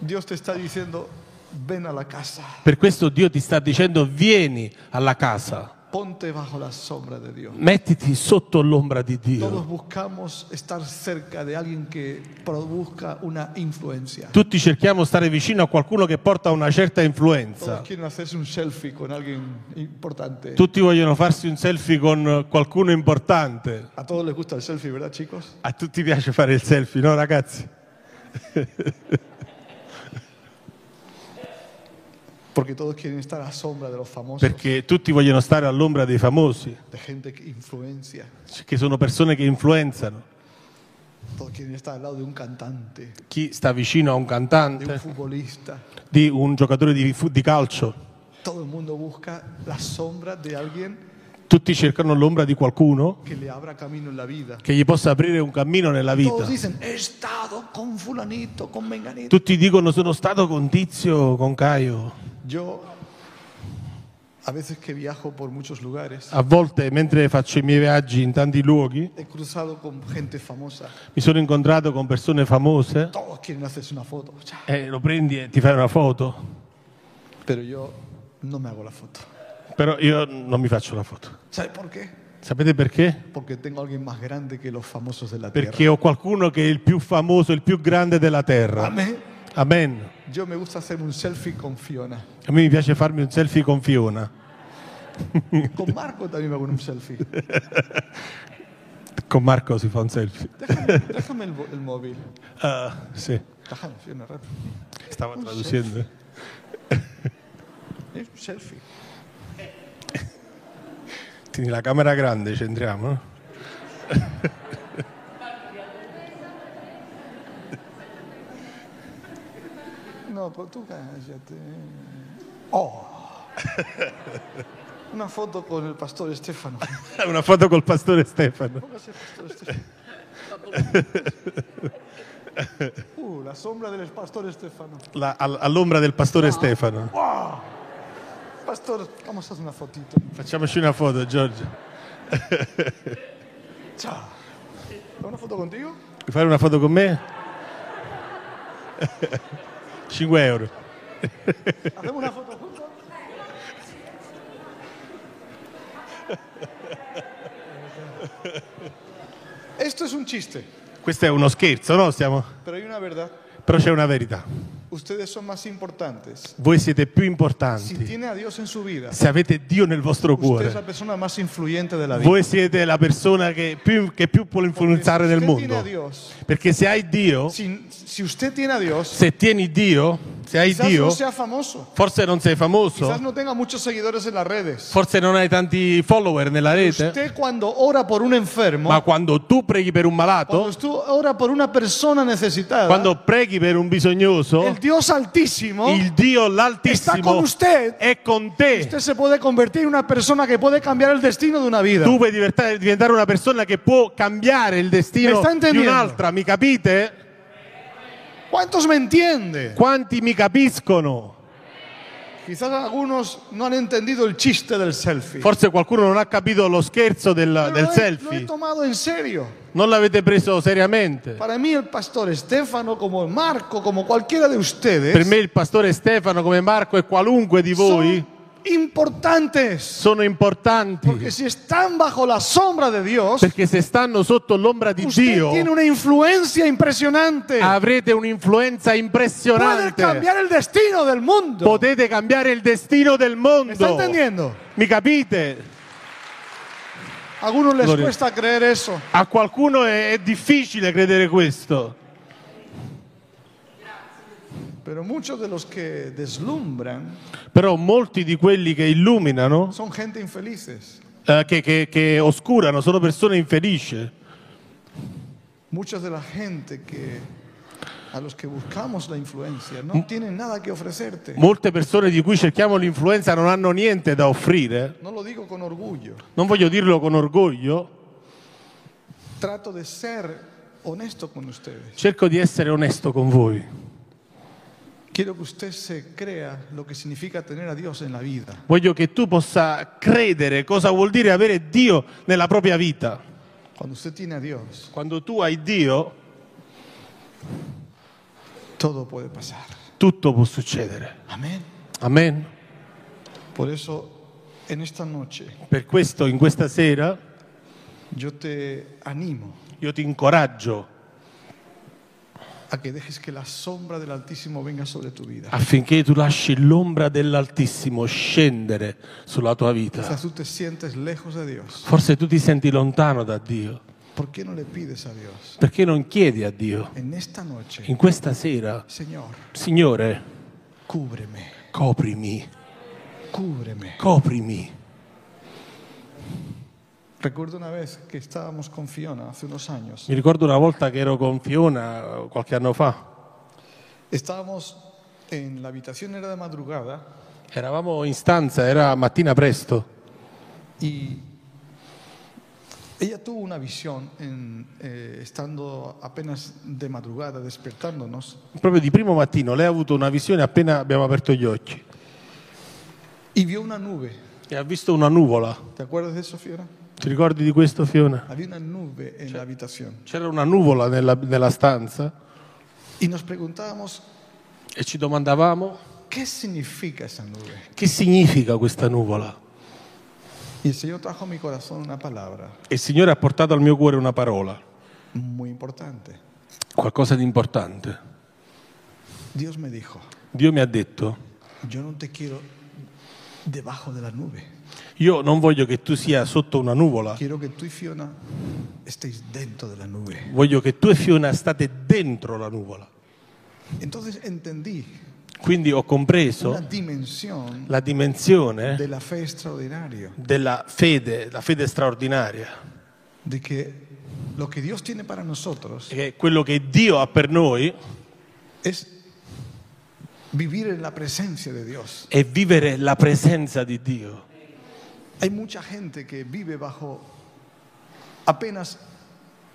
Speaker 3: Dios te está diciendo, ven a la casa,
Speaker 2: Per questo Dio ti sta dicendo vieni alla casa,
Speaker 3: ponte bajo la sombra de Dios.
Speaker 2: mettiti sotto l'ombra di Dio.
Speaker 3: Todos buscamos estar cerca de alguien que produzca una influencia.
Speaker 2: Tutti cerchiamo di stare vicino a qualcuno che porta una certa
Speaker 3: Todos
Speaker 2: influenza.
Speaker 3: quieren hacerse un selfie con alguien importante.
Speaker 2: Tutti vogliono farsi un selfie con qualcuno importante.
Speaker 3: A todos les gusta el selfie, ¿verdad, chicos?
Speaker 2: A tutti piace fare il selfie, no ragazzi?
Speaker 3: Porque todos quieren estar a la sombra de los famosos,
Speaker 2: Perché tutti vogliono stare all'ombra dei famosi,
Speaker 3: de gente que influencia.
Speaker 2: che sono persone che influenzano.
Speaker 3: Todos quieren estar al lado de un cantante,
Speaker 2: Chi sta vicino a un
Speaker 3: de un
Speaker 2: cantante,
Speaker 3: futbolista.
Speaker 2: di un giocatore di, fu- di calcio.
Speaker 3: Todo el mundo busca la sombra de alguien
Speaker 2: Tutti cercano l'ombra di qualcuno
Speaker 3: que le abra camino en la vida.
Speaker 2: che gli possa aprire un cammino nella vita.
Speaker 3: Todos dicen, he estado con fulanito, con menganito.
Speaker 2: Tutti dicono sono stato con Tizio, con Caio.
Speaker 3: Yo, a veces que viajo por muchos lugares,
Speaker 2: A volte mentre faccio i miei viaggi in tanti luoghi
Speaker 3: he cruzado con gente famosa.
Speaker 2: mi sono incontrato con persone famose
Speaker 3: Todos quieren hacerse una foto. cha.
Speaker 2: e Eh, lo prendi e ti fai una foto.
Speaker 3: Pero yo no me hago la foto.
Speaker 2: Però io non mi faccio la foto.
Speaker 3: ¿Sabes por qué?
Speaker 2: Sapete perché?
Speaker 3: Porque tengo a alguien más grande que los famosos de la tierra.
Speaker 2: Perché ho qualcuno che è il più famoso, il più grande della terra.
Speaker 3: Amén.
Speaker 2: Amen.
Speaker 3: Yo me gusta hacerme un selfie con Fiona.
Speaker 2: A me mi piace farmi un selfie con Fiona,
Speaker 3: Con Marco también me hago un selfie.
Speaker 2: con Marco si fa un selfie.
Speaker 3: Déjame, déjame el, bo- el móvil.
Speaker 2: Ah, sì,
Speaker 3: Déjame, Fiona, rápido.
Speaker 2: stavo traducendo.
Speaker 3: Es un selfie.
Speaker 2: Tieni la camera grande, ci entriamo. no?
Speaker 3: No, pero tú cállate. Oh. Una foto con el pastor Estefano.
Speaker 2: Una foto col pastore Stefano.
Speaker 3: Póngase el pastor Estefano. Uh, la sombra del pastor Estefano.
Speaker 2: La- all- all'ombra del pastore Stefano.
Speaker 3: Pastor, vamos a hacer una fotito.
Speaker 2: Facciamoci una foto, Giorgio.
Speaker 3: Chao. ¿Una foto contigo?
Speaker 2: Vuoi fare una foto con me? 5 euro.
Speaker 3: ¿Hacemos una foto juntos? Esto es un chiste,
Speaker 2: Questo è uno scherzo, no? Stiamo-
Speaker 3: pero hay una verdad.
Speaker 2: Però c'è una verità.
Speaker 3: Ustedes son más importantes.
Speaker 2: Voi siete più
Speaker 3: Si
Speaker 2: importanti.
Speaker 3: tiene a Dios en su vida,
Speaker 2: Se avete Dio nel vostro
Speaker 3: usted es la
Speaker 2: cuore,
Speaker 3: persona más influyente de la vida.
Speaker 2: voi siete la persona che più, che più può influenzare
Speaker 3: Si
Speaker 2: nel
Speaker 3: usted tiene a
Speaker 2: mondo.
Speaker 3: Dios,
Speaker 2: Perché se hai Dio,
Speaker 3: si, si usted tiene a Dios,
Speaker 2: se tieni Dio, se hai
Speaker 3: quizás no
Speaker 2: Dio,
Speaker 3: sea famoso,
Speaker 2: forse non sei
Speaker 3: quizás
Speaker 2: famoso,
Speaker 3: no tenga muchos seguidores en las redes.
Speaker 2: forse non hai tanti follower nella rete,
Speaker 3: Usted cuando ora por un enfermo,
Speaker 2: ma quando tu preghi per un
Speaker 3: cuando
Speaker 2: malato,
Speaker 3: usted ora por una persona necesitada,
Speaker 2: quando preghi per un bisognoso,
Speaker 3: el Dios altísimo
Speaker 2: il Dio
Speaker 3: está Eh? con
Speaker 2: l'Altissimo
Speaker 3: usted.
Speaker 2: è con te.
Speaker 3: Usted se puede convertir en una persona que puede cambiar el destino de una vida.
Speaker 2: Tu puoi diventare, diventare una persona che può cambiare il
Speaker 3: Mi
Speaker 2: destino
Speaker 3: sta
Speaker 2: di
Speaker 3: intendendo?
Speaker 2: un'altra, mi capite?
Speaker 3: ¿Cuántos me entienden?
Speaker 2: Quanti mi capiscono?
Speaker 3: Quizás algunos no han entendido el chiste del selfie.
Speaker 2: Forse qualcuno non ha capito lo scherzo del,
Speaker 3: Pero
Speaker 2: del
Speaker 3: lo he- Lo he
Speaker 2: selfie,
Speaker 3: tomado en serio.
Speaker 2: non l'avete preso seriamente.
Speaker 3: Para mí el pastor Estefano, como Marco, como cualquiera de ustedes,
Speaker 2: Per me il pastore Stefano, come Marco e qualunque di voi,
Speaker 3: son importantes.
Speaker 2: sono importanti
Speaker 3: Porque si están bajo la sombra de Dios,
Speaker 2: perché se stanno sotto l'ombra di
Speaker 3: usted tiene
Speaker 2: Dio
Speaker 3: una influencia impresionante.
Speaker 2: avrete un'influenza
Speaker 3: Puede
Speaker 2: impressionante.
Speaker 3: cambiar el destino del mundo.
Speaker 2: Potete cambiare il destino del
Speaker 3: ¿Me está
Speaker 2: mondo.
Speaker 3: entendiendo?
Speaker 2: Mi capite?
Speaker 3: A algunos les
Speaker 2: Gloria.
Speaker 3: cuesta creer eso.
Speaker 2: A qualcuno è, è difficile credere questo,
Speaker 3: Pero muchos de los que deslumbran
Speaker 2: però molti di quelli che illuminano,
Speaker 3: son gente infelices.
Speaker 2: eh, che, che- che oscurano, sono persone infelici.
Speaker 3: Muchas de la gente que a los que buscamos la influencia no
Speaker 2: Mm.
Speaker 3: tienen nada que ofrecerte.
Speaker 2: Molte persone di cui cerchiamo l'influenza non hanno niente da offrire.
Speaker 3: No lo digo con orgullo.
Speaker 2: Non voglio dirlo con orgoglio,
Speaker 3: Trato de ser honesto con ustedes.
Speaker 2: cerco di essere onesto con voi.
Speaker 3: Quiero que usted se crea lo que significa tener a Dios en la vida.
Speaker 2: Voglio che tu possa credere cosa vuol dire avere Dio nella propria vita.
Speaker 3: Cuando usted tiene a Dios,
Speaker 2: Quando tu hai Dio,
Speaker 3: todo puede pasar.
Speaker 2: tutto può succedere.
Speaker 3: Amén.
Speaker 2: Amen.
Speaker 3: Por eso, en esta noche,
Speaker 2: Per questo in questa sera
Speaker 3: yo te animo
Speaker 2: io ti incoraggio
Speaker 3: a que dejes que la sombra del Altísimo venga sobre tu vida.
Speaker 2: affinché tu lasci l'ombra dell'Altissimo scendere sulla tua vita.
Speaker 3: Quizás tú te sientes lejos de Dios.
Speaker 2: Forse tu ti senti lontano da Dio,
Speaker 3: ¿Por qué no le pides a Dios?
Speaker 2: perché non chiedi a Dio
Speaker 3: En esta noche,
Speaker 2: in questa sera,
Speaker 3: Señor,
Speaker 2: Signore,
Speaker 3: cúbreme,
Speaker 2: coprimi,
Speaker 3: cúbreme.
Speaker 2: coprimi.
Speaker 3: Recuerdo una vez que estábamos con Fiona hace unos años.
Speaker 2: Mi ricordo una volta che ero con Fiona eh, qualche anno fa,
Speaker 3: Estábamos en la habitación, era de madrugada,
Speaker 2: eravamo in stanza, era mattina presto
Speaker 3: y ella tuvo una visión en, eh, estando apenas de madrugada, despertándonos,
Speaker 2: Proprio di primo mattino lei ha avuto una visione appena abbiamo aperto gli occhi
Speaker 3: y vio una nube.
Speaker 2: e ha visto una nuvola.
Speaker 3: ¿Te acuerdas de eso, Fiona?
Speaker 2: Ti ricordi di questo, Fiona?
Speaker 3: Había una nube en la habitación.
Speaker 2: C'era una nuvola nella, nella stanza
Speaker 3: Y nos preguntábamos,
Speaker 2: e ci domandavamo
Speaker 3: ¿qué significa esa nube?
Speaker 2: che significa questa nuvola.
Speaker 3: Y el Señor trajo a mi corazón una palabra
Speaker 2: E il Signore ha portato al mio cuore una parola,
Speaker 3: muy importante.
Speaker 2: qualcosa di importante.
Speaker 3: Dios me dijo,
Speaker 2: Dio mi ha detto,
Speaker 3: yo no te quiero debajo de la nube.
Speaker 2: io non voglio che tu sia sotto una nuvola,
Speaker 3: Quiero que tú y Fiona estéis dentro de la nube.
Speaker 2: voglio che tu e Fiona state dentro la nuvola.
Speaker 3: Entonces entendí
Speaker 2: Quindi ho
Speaker 3: una
Speaker 2: compreso
Speaker 3: dimensión
Speaker 2: la dimensione
Speaker 3: de la fe extraordinaria,
Speaker 2: della fede, la fede straordinaria.
Speaker 3: de que lo que Dios tiene para nosotros
Speaker 2: che quello che Dio ha per noi
Speaker 3: es vivir en la presencia de Dios.
Speaker 2: è vivere la presenza di Dio.
Speaker 3: Hay mucha gente que vive bajo apenas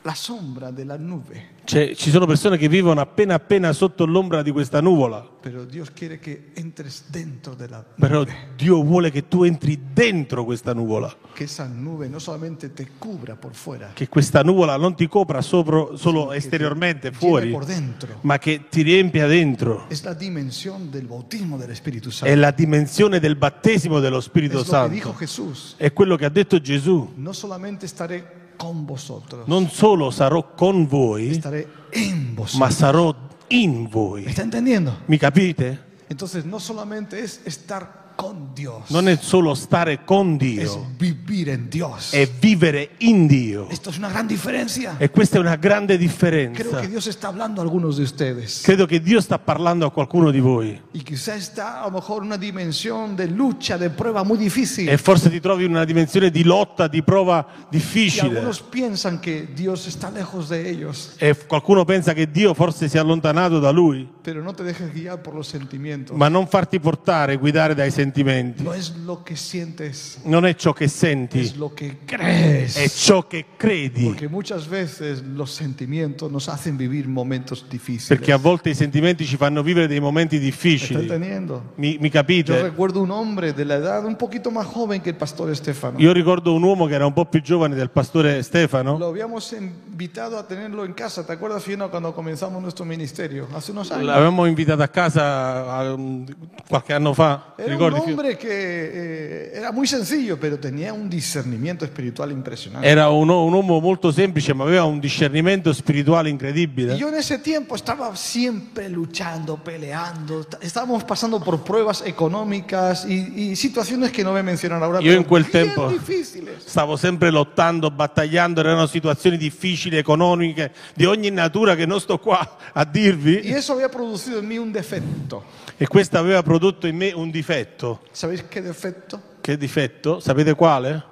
Speaker 3: la sombra de la nube,
Speaker 2: Cioè, ci sono persone che vivono appena appena sotto l'ombra di questa nuvola,
Speaker 3: pero Dios quiere que entres dentro de la
Speaker 2: però
Speaker 3: nube,
Speaker 2: Dio vuole che tu entri dentro questa nuvola,
Speaker 3: que esa nube no solamente te cubra por fuera,
Speaker 2: che questa nuvola non ti copra sopra- solo esteriormente,
Speaker 3: llene
Speaker 2: fuori,
Speaker 3: por dentro.
Speaker 2: ma che ti riempia dentro.
Speaker 3: Es la dimensión del bautismo del Espíritu
Speaker 2: È
Speaker 3: Santo.
Speaker 2: la dimensione del battesimo dello
Speaker 3: Es
Speaker 2: Spirito
Speaker 3: lo que dijo
Speaker 2: Santo.
Speaker 3: Jesús.
Speaker 2: È quello che ha detto Gesù.
Speaker 3: No solamente estaré con vosotros,
Speaker 2: Non solo sarò con voi,
Speaker 3: estaré en
Speaker 2: ma
Speaker 3: vosotros.
Speaker 2: sarò in
Speaker 3: ¿Me
Speaker 2: voi.
Speaker 3: está entendiendo?
Speaker 2: Mi capite?
Speaker 3: Entonces no solamente es estar con Dios,
Speaker 2: non è solo stare con
Speaker 3: es
Speaker 2: Dio,
Speaker 3: vivir en Dios.
Speaker 2: è vivere in Dio.
Speaker 3: Esto es una gran diferencia.
Speaker 2: E questa è una grande
Speaker 3: Creo que
Speaker 2: differenza.
Speaker 3: Dios está hablando a algunos de ustedes.
Speaker 2: Credo che Dio sta parlando a qualcuno di voi
Speaker 3: Y quizá está a lo mejor en una dimensión de lucha, de prueba muy difícil.
Speaker 2: e forse ti trovi in una dimensione di lotta, di prova
Speaker 3: Y
Speaker 2: difficile
Speaker 3: algunos piensan que Dios está lejos de ellos.
Speaker 2: e qualcuno pensa che Dio forse si è allontanato da lui,
Speaker 3: Pero no te dejes guiar por los sentimientos.
Speaker 2: ma non farti portare, guidare dai sentimenti.
Speaker 3: No es lo que sientes,
Speaker 2: Non è ciò che
Speaker 3: es
Speaker 2: senti,
Speaker 3: lo que
Speaker 2: è
Speaker 3: crees.
Speaker 2: ciò che credi,
Speaker 3: Porque muchas veces los sentimientos nos hacen vivir momentos difíciles.
Speaker 2: perché a volte i sentimenti ci fanno vivere dei momenti
Speaker 3: ¿Me está
Speaker 2: difficili.
Speaker 3: entendiendo?
Speaker 2: Mi, mi
Speaker 3: Yo
Speaker 2: capite?
Speaker 3: recuerdo un hombre de la edad un poquito más joven que el pastor Estefano.
Speaker 2: Io ricordo un uomo che era un po' più giovane del pastore Stefano.
Speaker 3: Lo habíamos invitado a tenerlo en casa. ¿Te acuerdas, Fiona, cuando comenzamos nuestro ministerio? Hace unos años.
Speaker 2: L'avevamo invitato a casa um, qualche anno fa, ti
Speaker 3: Era un
Speaker 2: ricordi? Fio?
Speaker 3: hombre que eh, era muy sencillo, pero tenía un discernimiento espiritual impresionante.
Speaker 2: Era un, un uomo molto semplice, ma aveva un discernimento spirituale
Speaker 3: Y
Speaker 2: incredibile.
Speaker 3: yo en ese tiempo estaba siempre luchando, peleando. T- Estábamos pasando por pruebas económicas y, y situaciones que no voy a mencionar ahora.
Speaker 2: Yo en quel
Speaker 3: bien
Speaker 2: tiempo-
Speaker 3: difíciles.
Speaker 2: Stavo sempre lottando, battagliando, erano situazioni difficili, economiche, di ogni natura che non sto qua a
Speaker 3: Y
Speaker 2: dirvi.
Speaker 3: eso había producido en mí un defecto.
Speaker 2: E questo aveva prodotto in me un difetto.
Speaker 3: ¿Sabéis qué defecto?
Speaker 2: Che difetto? Sapete quale?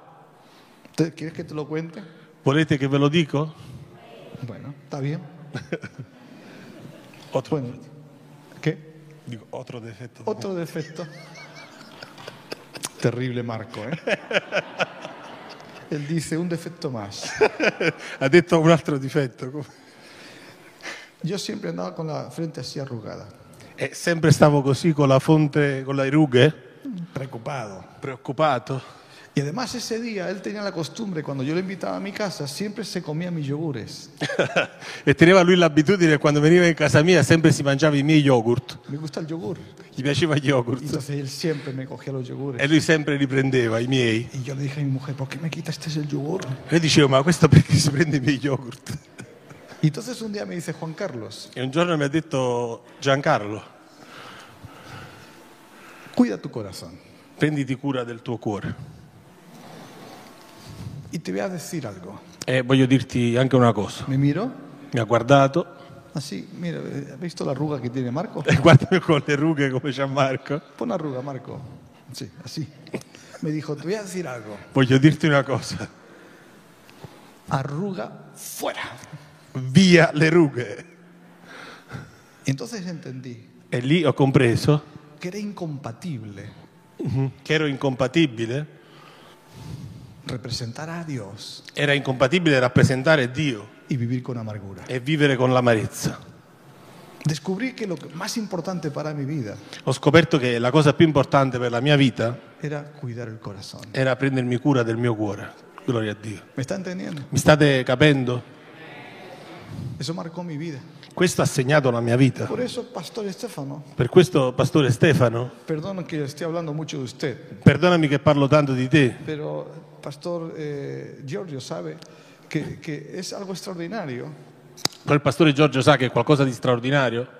Speaker 3: ¿Te- ¿Quieres que te lo cuente?
Speaker 2: Volete che ve lo dico?
Speaker 3: Bueno, está bien.
Speaker 2: Otro,
Speaker 3: Bueno, ¿qué?
Speaker 2: dico, otro difetto.
Speaker 3: Otro defecto. Terrible Marco, ¿eh? Él dice un defecto más.
Speaker 2: ha detto un altro difetto.
Speaker 3: Yo siempre andaba con la frente así arrugada.
Speaker 2: E sempre stavo così con la fonte, con le rughe,
Speaker 3: preocupado.
Speaker 2: preoccupato.
Speaker 3: Y además ese día él tenía la costumbre, cuando yo le invitaba a mi casa, siempre se comía mis yogures.
Speaker 2: e teneva lui l'abitudine quando veniva in casa mia sempre si mangiava i miei yogurt.
Speaker 3: Me gusta el yogur.
Speaker 2: Gli piaceva gli
Speaker 3: Y
Speaker 2: yogurt
Speaker 3: entonces él siempre me cogía los
Speaker 2: e
Speaker 3: yogures.
Speaker 2: lui sempre li prendeva, i miei.
Speaker 3: Y yo le dije a mi mujer, ¿por qué me quitaste el yogur?
Speaker 2: E io dicevo, ma questo perché si prende i miei yogurt?
Speaker 3: Y entonces un día me dice, Juan Carlos,
Speaker 2: E un giorno mi ha detto Giancarlo,
Speaker 3: cuida tu corazón.
Speaker 2: prenditi cura del tuo cuore.
Speaker 3: Y te voy a decir algo.
Speaker 2: E voglio dirti anche una cosa.
Speaker 3: Me miro,
Speaker 2: Mi ha guardato,
Speaker 3: así, mira, ¿has visto la arruga que tiene Marco?
Speaker 2: e guardami con le rughe come Gianmarco.
Speaker 3: Pon arruga, Marco. Sí, así. Me dijo, te voy a decir algo.
Speaker 2: Voglio dirti una cosa.
Speaker 3: Arruga fuera.
Speaker 2: Via le rughe.
Speaker 3: Y entonces entendí
Speaker 2: E lì ho compreso
Speaker 3: que era incompatible
Speaker 2: che ero incompatibile.
Speaker 3: representar a Dios
Speaker 2: Era incompatibile rappresentare Dio
Speaker 3: y vivir con amargura.
Speaker 2: e vivere con l'amarezza.
Speaker 3: Descubrí que lo que- más importante para mi vida
Speaker 2: Ho scoperto che la cosa più importante per la mia vita
Speaker 3: era cuidar el corazón.
Speaker 2: era prendermi cura del mio cuore. Gloria a Dio.
Speaker 3: ¿Me está entendiendo?
Speaker 2: Mi state capendo?
Speaker 3: Eso marcó mi vida.
Speaker 2: Questo ha segnato la mia vita.
Speaker 3: Por eso, Pastor Estefano,
Speaker 2: Per questo, Pastore Stefano,
Speaker 3: perdón que esté hablando mucho de usted,
Speaker 2: perdonami che parlo tanto di te,
Speaker 3: pero Pastor eh, Giorgio sabe que, que es algo extraordinario
Speaker 2: però il Pastore Giorgio sa che è qualcosa di straordinario.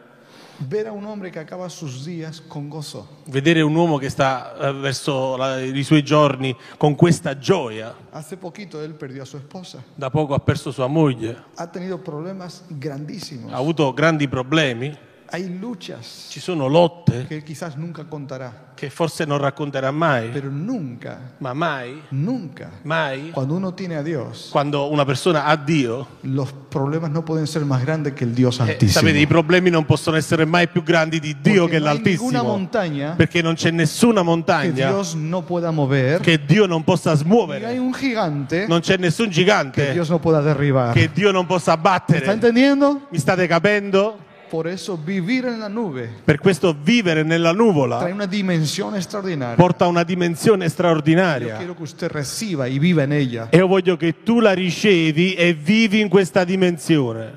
Speaker 3: ver a un hombre que acaba sus días con gozo.
Speaker 2: Vedere un uomo che sta eh, verso la- i suoi giorni con questa gioia.
Speaker 3: Hace poquito él perdió a su esposa.
Speaker 2: Da poco ha perso sua moglie,
Speaker 3: Ha tenido problemas
Speaker 2: ha
Speaker 3: grandísimos.
Speaker 2: avuto grandi problemi,
Speaker 3: Hay luchas
Speaker 2: ci sono lotte
Speaker 3: que él quizás nunca contará,
Speaker 2: che forse non racconterà mai,
Speaker 3: pero nunca,
Speaker 2: ma mai,
Speaker 3: nunca
Speaker 2: mai
Speaker 3: Cuando uno tiene a Dios,
Speaker 2: quando una persona ha Dio,
Speaker 3: los problemas no pueden ser más grandes que el Dios
Speaker 2: eh, sapete, i
Speaker 3: Altísimo.
Speaker 2: problemi non possono essere mai più grandi di Dio
Speaker 3: Porque
Speaker 2: che
Speaker 3: no hay
Speaker 2: l'Altissimo,
Speaker 3: ninguna montaña
Speaker 2: perché non c'è nessuna
Speaker 3: que
Speaker 2: montagna
Speaker 3: Dios no pueda mover,
Speaker 2: che Dio non possa
Speaker 3: ni hay
Speaker 2: smuovere,
Speaker 3: un gigante
Speaker 2: non c'è nessun
Speaker 3: que
Speaker 2: gigante
Speaker 3: Dios no pueda derribar.
Speaker 2: che Dio non possa
Speaker 3: ¿Está
Speaker 2: abbattere.
Speaker 3: entendiendo?
Speaker 2: Mi state capendo?
Speaker 3: Por eso vivir en la nube
Speaker 2: Per questo vivere nella
Speaker 3: trae
Speaker 2: nuvola
Speaker 3: una dimensión extraordinaria.
Speaker 2: porta a una dimensione
Speaker 3: Yo
Speaker 2: straordinaria
Speaker 3: quiero que usted reciba y viva en ella.
Speaker 2: e io voglio che tu la ricevi e vivi in questa dimensione.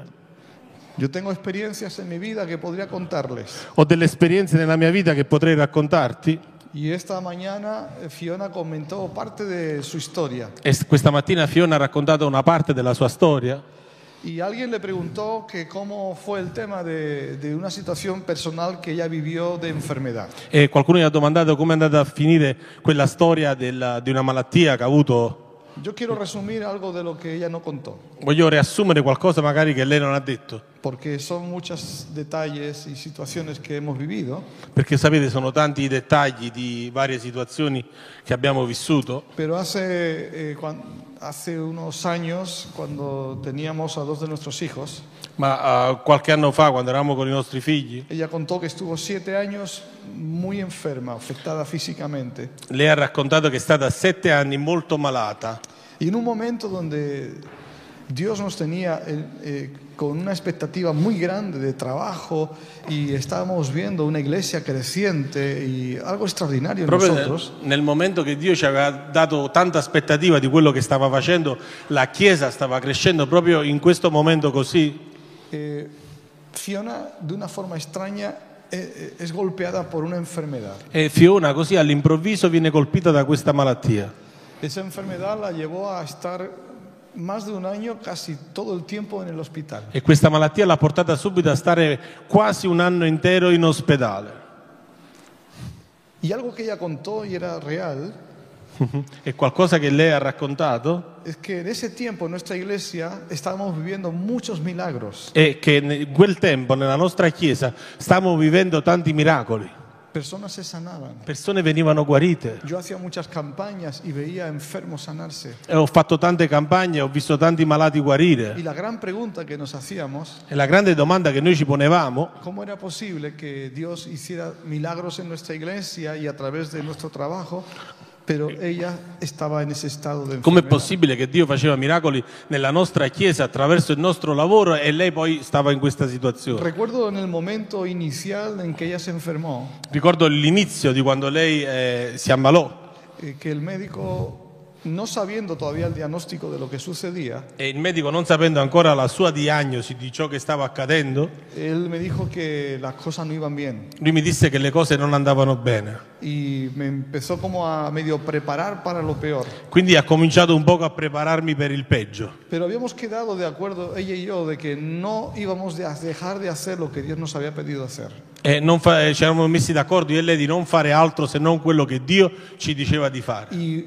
Speaker 3: Yo tengo experiencias en mi vida que podría contarles.
Speaker 2: Ho delle esperienze nella mia vita che potrei raccontarti
Speaker 3: Y esta mañana eh, Fiona comentó parte de su historia.
Speaker 2: e s- questa mattina Fiona ha raccontato una parte della sua storia.
Speaker 3: Y alguien le preguntó que cómo fue el tema de, de una situación personal que ella vivió de enfermedad.
Speaker 2: E qualcuno gli ha domandato come è andata a finire quella storia della- di una malattia che ha avuto.
Speaker 3: Yo quiero resumir algo de lo que ella no contó,
Speaker 2: Voglio riassumere qualcosa magari che lei non ha detto,
Speaker 3: porque son muchos detalles y situaciones que hemos vivido,
Speaker 2: perché sapete sono tanti i dettagli di varie situazioni che abbiamo vissuto.
Speaker 3: pero hace, eh, cuan- hace unos años, cuando teníamos a dos de nuestros hijos,
Speaker 2: Ma eh, qualche anno fa, quando eravamo con i nostri figli,
Speaker 3: ella contó que estuvo siete años muy enferma, afectada físicamente,
Speaker 2: lei ha raccontato che è stata sette anni molto malata
Speaker 3: y en un momento donde Dios nos tenía eh, eh, con una expectativa muy grande de trabajo y estábamos viendo una iglesia creciente y algo extraordinario en
Speaker 2: Proprio nel-
Speaker 3: nosotros.
Speaker 2: nel momento che Dio ci aveva dato tanta aspettativa di quello che stava facendo, la Chiesa stava crescendo proprio in questo momento così.
Speaker 3: eh, Fiona, de una forma extraña, eh, eh, es golpeada por una enfermedad.
Speaker 2: E Fiona così all'improvviso viene colpita da questa malattia.
Speaker 3: Esa enfermedad la llevó a estar más de un año, casi todo el tiempo en el hospital.
Speaker 2: E questa malattia l'ha portata subito a stare quasi un anno intero in ospedale.
Speaker 3: Y algo que ella contó y era real,
Speaker 2: E qualcosa che lei ha raccontato
Speaker 3: es que en ese tiempo en nuestra iglesia estábamos viviendo muchos milagros.
Speaker 2: è che in quel tempo nella nostra Chiesa stavamo vivendo tanti miracoli.
Speaker 3: Personas se sanaban.
Speaker 2: Persone venivano guarite.
Speaker 3: Yo hacía muchas campañas y veía enfermos sanarse.
Speaker 2: E ho fatto tante campagne, ho visto tanti malati guarire.
Speaker 3: Y la gran pregunta que nos hacíamos,
Speaker 2: E la grande domanda che noi ci ponevamo
Speaker 3: ¿cómo era posible que Dios hiciera milagros en nuestra iglesia y a través de nuestro trabajo, pero ella estaba en ese estado de
Speaker 2: Com'è
Speaker 3: enfermedad.
Speaker 2: possibile che Dio faceva miracoli nella nostra Chiesa attraverso il nostro lavoro e lei poi stava in questa situazione?
Speaker 3: Recuerdo en el momento inicial en que ella se enfermó,
Speaker 2: Ricordo l'inizio di quando lei eh, si ammalò
Speaker 3: eh, que el médico, no sabiendo todavía el diagnóstico de lo que sucedía,
Speaker 2: e il medico non sapendo ancora la sua diagnosi di ciò che stava accadendo,
Speaker 3: él me dijo que las cosas no iban bien
Speaker 2: lui mi disse che le cose non andavano bene.
Speaker 3: y me empezó como a medio preparar para lo peor.
Speaker 2: Quindi ha cominciato un poco a prepararmi per il peggio.
Speaker 3: Pero habíamos quedado de acuerdo, ella y yo, de que no íbamos a dejar de hacer lo que Dios nos había pedido hacer.
Speaker 2: E non fa- eh, ci eravamo messi d'accordo io e lei di non fare altro se non quello che Dio ci diceva di fare.
Speaker 3: Y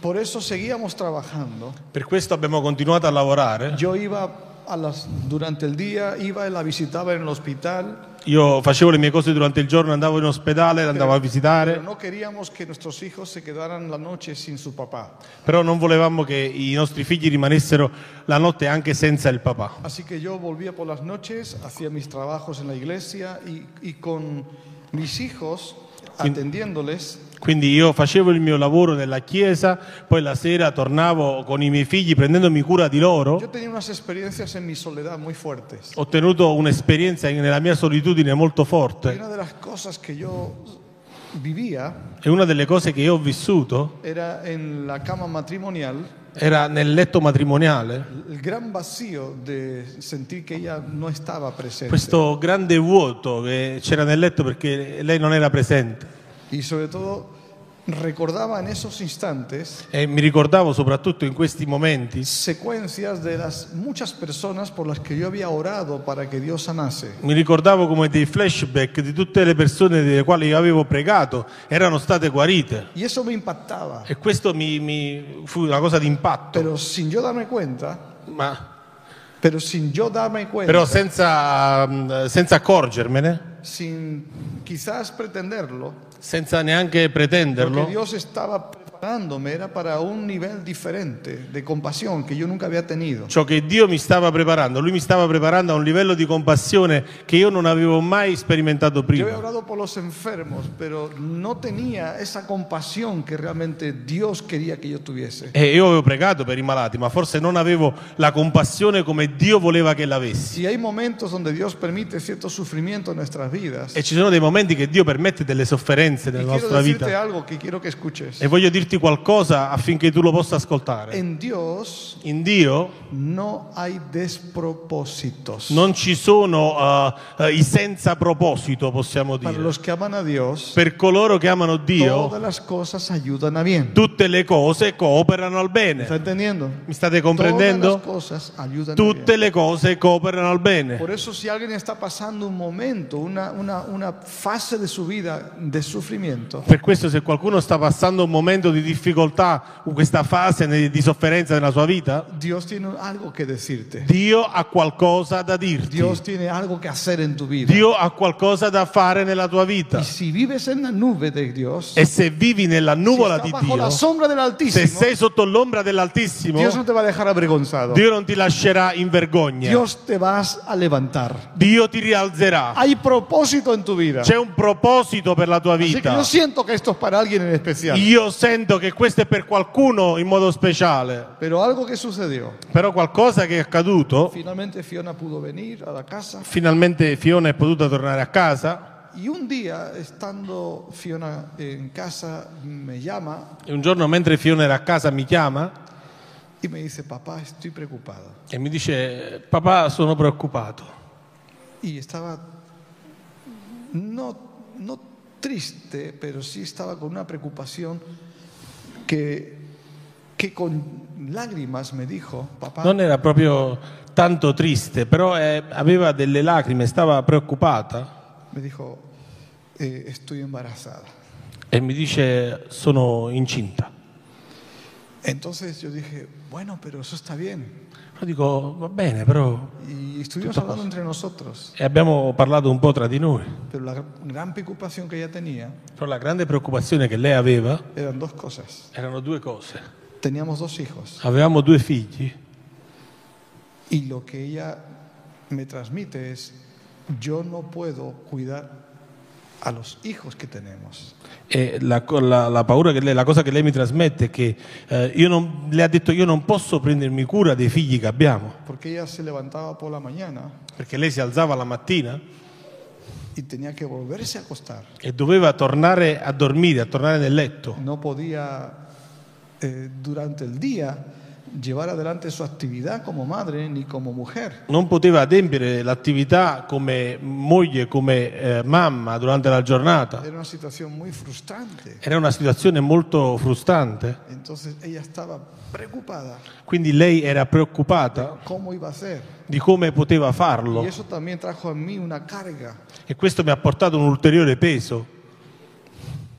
Speaker 3: por eso seguíamos trabajando.
Speaker 2: Per questo abbiamo continuato a lavorare.
Speaker 3: Yo iba a las, durante el día, iba y la visitaba en el hospital,
Speaker 2: Io facevo le mie cose durante il giorno, andavo in ospedale, andavo a
Speaker 3: pero
Speaker 2: visitare,
Speaker 3: no queríamos que nuestros hijos se quedaran la noche sin su papá.
Speaker 2: però non volevamo che i nostri figli rimanessero la notte anche senza il papà.
Speaker 3: Así que yo volvía por las noches, hacía mis trabajos en la iglesia y, y con mis hijos atendiéndoles.
Speaker 2: Quindi io facevo il mio lavoro nella chiesa, poi la sera tornavo con i miei figli prendendomi cura di loro.
Speaker 3: Yo tenía unas experiencias en mi soledad muy fuertes.
Speaker 2: Ho ottenuto un'esperienza in- nella mia solitudine molto
Speaker 3: Y
Speaker 2: forte
Speaker 3: una de las cosas que yo vivía
Speaker 2: e una delle cose che io ho vissuto
Speaker 3: era en la cama matrimonial,
Speaker 2: era nel letto matrimoniale,
Speaker 3: el gran vacío de sentir que ella no estaba presente.
Speaker 2: questo grande vuoto che c'era nel letto perché lei non era presente.
Speaker 3: Y sobre todo recordaba en esos instantes
Speaker 2: E mi ricordavo soprattutto in questi momenti
Speaker 3: secuencias de las muchas personas por las que yo había orado para que Dios sanase.
Speaker 2: Mi ricordavo come dei flashback di tutte le persone delle quali io avevo pregato erano state guarite
Speaker 3: Y eso me impactaba.
Speaker 2: e questo mi, mi fu una cosa d'impatto,
Speaker 3: Pero sin yo darme cuenta,
Speaker 2: ma,
Speaker 3: pero sin yo darme cuenta,
Speaker 2: però senza, mm, senza accorgermene,
Speaker 3: sin quizás pretenderlo,
Speaker 2: senza neanche
Speaker 3: lo
Speaker 2: pretenderlo,
Speaker 3: que Dios estaba preparándome era para un nivel diferente de compasión que yo nunca había tenido.
Speaker 2: ciò che Dio mi stava preparando, Lui mi stava preparando a un livello di compassione che io non avevo mai sperimentato
Speaker 3: Yo he
Speaker 2: prima.
Speaker 3: orado por los enfermos, pero no tenía esa compasión que realmente Dios quería que yo tuviese.
Speaker 2: E io avevo pregato per i malati, ma forse non avevo la compassione come Dio voleva che l'avessi.
Speaker 3: Si hay momentos donde Dios permite cierto sufrimiento en nuestras vidas,
Speaker 2: E ci sono dei momenti che Dio permette delle sofferenze
Speaker 3: y
Speaker 2: nella
Speaker 3: quiero
Speaker 2: nostra vita.
Speaker 3: decirte algo que quiero que escuches.
Speaker 2: E voglio dirti qualcosa affinché tu lo possa ascoltare.
Speaker 3: En Dios
Speaker 2: In Dio
Speaker 3: no hay despropósitos.
Speaker 2: non ci sono eh, eh, i senza proposito, possiamo
Speaker 3: Para
Speaker 2: dire.
Speaker 3: los que aman a Dios,
Speaker 2: Per coloro che amano Dio,
Speaker 3: todas las cosas ayudan a bien.
Speaker 2: tutte le cose cooperano al
Speaker 3: ¿Está
Speaker 2: bene.
Speaker 3: entendiendo?
Speaker 2: Mi state
Speaker 3: Todas las
Speaker 2: comprendendo?
Speaker 3: cosas ayudan a bien.
Speaker 2: Tutte le cose cooperano al bene.
Speaker 3: Por eso si alguien está pasando un momento, una, una- una fase de su vida de sufrimiento,
Speaker 2: Per questo se qualcuno sta passando un momento di difficoltà, questa fase ne- di sofferenza nella sua vita,
Speaker 3: Dios tiene algo que decirte.
Speaker 2: Dio ha qualcosa da dirti.
Speaker 3: Dios tiene algo que hacer en tu vida.
Speaker 2: Dio ha qualcosa da fare nella tua vita.
Speaker 3: Y si vives en la nube de Dios,
Speaker 2: E se vivi nella
Speaker 3: si
Speaker 2: nuvola
Speaker 3: estás
Speaker 2: di
Speaker 3: bajo
Speaker 2: Dio,
Speaker 3: la sombra del
Speaker 2: se
Speaker 3: Altísimo,
Speaker 2: sei sotto l'ombra dell'Altissimo,
Speaker 3: Dios no te va a dejar avergonzado.
Speaker 2: Dio non ti lascerà in vergogna.
Speaker 3: Dios te vas a levantar.
Speaker 2: Dio ti rialzerà.
Speaker 3: Hay propósito en tu vida.
Speaker 2: C'è un proposito per la tua
Speaker 3: Así que
Speaker 2: vita.
Speaker 3: yo siento que esto es para alguien en especial.
Speaker 2: Io sento che questo è per qualcuno in modo speciale.
Speaker 3: Pero algo que sucedió.
Speaker 2: Però qualcosa che è accaduto,
Speaker 3: Finalmente Fiona pudo venir a la casa
Speaker 2: finalmente Fiona è potuta tornare a casa.
Speaker 3: Y un día, estando Fiona en casa, me llama
Speaker 2: E un giorno mentre Fiona era a casa mi chiama
Speaker 3: y me dice, papá, estoy preocupada.
Speaker 2: e mi dice papà sono preoccupato.
Speaker 3: Y estaba, no, no triste, pero sí estaba con una preocupación que, que con lágrimas me dijo, papá,
Speaker 2: Non era proprio tanto triste, però eh, aveva delle lacrime, stava preoccupata.
Speaker 3: me dijo, "Eh, estoy embarazada.
Speaker 2: e mi dice sono incinta.
Speaker 3: Entonces yo dije, bueno, pero eso está bien.
Speaker 2: Io dico va bene però
Speaker 3: Y estuvimos hablando entre nosotros,
Speaker 2: e abbiamo parlato un po' tra di noi,
Speaker 3: pero la gran preocupación que ella tenía
Speaker 2: però la grande preoccupazione che lei aveva
Speaker 3: eran dos cosas.
Speaker 2: erano due cose.
Speaker 3: Teníamos dos hijos
Speaker 2: Avevamo due figli
Speaker 3: y lo que ella me transmite es, yo no puedo cuidar a los hijos que tenemos.
Speaker 2: E la, co- la- la paura che lei, la cosa che lei mi trasmette è che eh, io non, le ha detto io non posso prendermi cura dei figli che abbiamo,
Speaker 3: Porque ella se levantaba por la mañana
Speaker 2: perché lei si alzava la mattina
Speaker 3: y tenía que volverse a acostar.
Speaker 2: e doveva tornare a dormire, a tornare nel letto.
Speaker 3: No podía eh, durante el día llevar adelante su actividad como madre ni como mujer.
Speaker 2: Non poteva adempiere l'attività come moglie, come eh, mamma durante la giornata.
Speaker 3: Era una situación muy frustrante.
Speaker 2: Era una situazione molto frustrante,
Speaker 3: Entonces ella estaba preocupada
Speaker 2: quindi lei era preoccupata
Speaker 3: cómo iba a hacer.
Speaker 2: di come poteva
Speaker 3: Y
Speaker 2: farlo
Speaker 3: eso también trajo a mí una carga
Speaker 2: e questo mi ha portato un ulteriore peso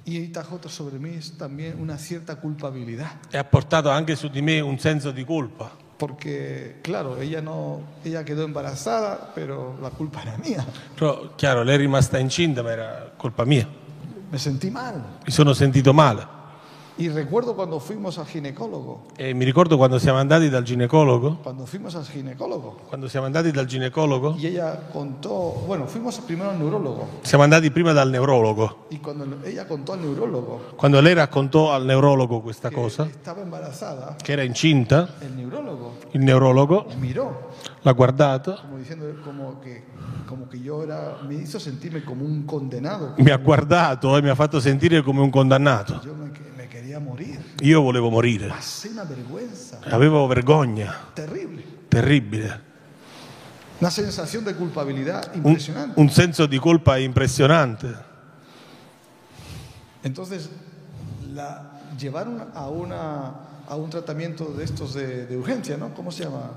Speaker 3: y trajo sobre mí también una cierta culpabilidad.
Speaker 2: e ha portato anche su di me un senso di colpa.
Speaker 3: Porque, claro, ella no, ella quedó embarazada, però la culpa era mía.
Speaker 2: Però, chiaro, lei è rimasta incinta, ma era colpa mia.
Speaker 3: Me sentí mal.
Speaker 2: Mi sono sentito male.
Speaker 3: Y recuerdo cuando fuimos al ginecólogo.
Speaker 2: E mi ricordo quando siamo andati dal ginecologo,
Speaker 3: Cuando fuimos al ginecólogo.
Speaker 2: quando siamo andati dal ginecologo,
Speaker 3: Y ella contó, bueno, fuimos primero al neurólogo.
Speaker 2: siamo andati prima dal neurologo.
Speaker 3: Y cuando ella contó al neurólogo
Speaker 2: Quando lei raccontò al neurologo questa
Speaker 3: que
Speaker 2: cosa,
Speaker 3: estaba embarazada,
Speaker 2: che era incinta,
Speaker 3: el neurólogo
Speaker 2: il neurologo
Speaker 3: miró,
Speaker 2: l'ha guardata,
Speaker 3: como diciendo, como que, como que yo era, me hizo sentirme como un condenado.
Speaker 2: mi ha guardato e mi ha fatto sentire come un condannato.
Speaker 3: Yo me, que- me quería morir.
Speaker 2: Io volevo morire,
Speaker 3: Pasé una vergüenza
Speaker 2: avevo vergogna
Speaker 3: terrible.
Speaker 2: terribile,
Speaker 3: Una sensación de culpabilidad
Speaker 2: un,
Speaker 3: impresionante.
Speaker 2: un senso di colpa impressionante.
Speaker 3: Entonces, la llevaron a, una, a un tratamiento de estos de, de urgencia, ¿no? ¿Cómo se llama?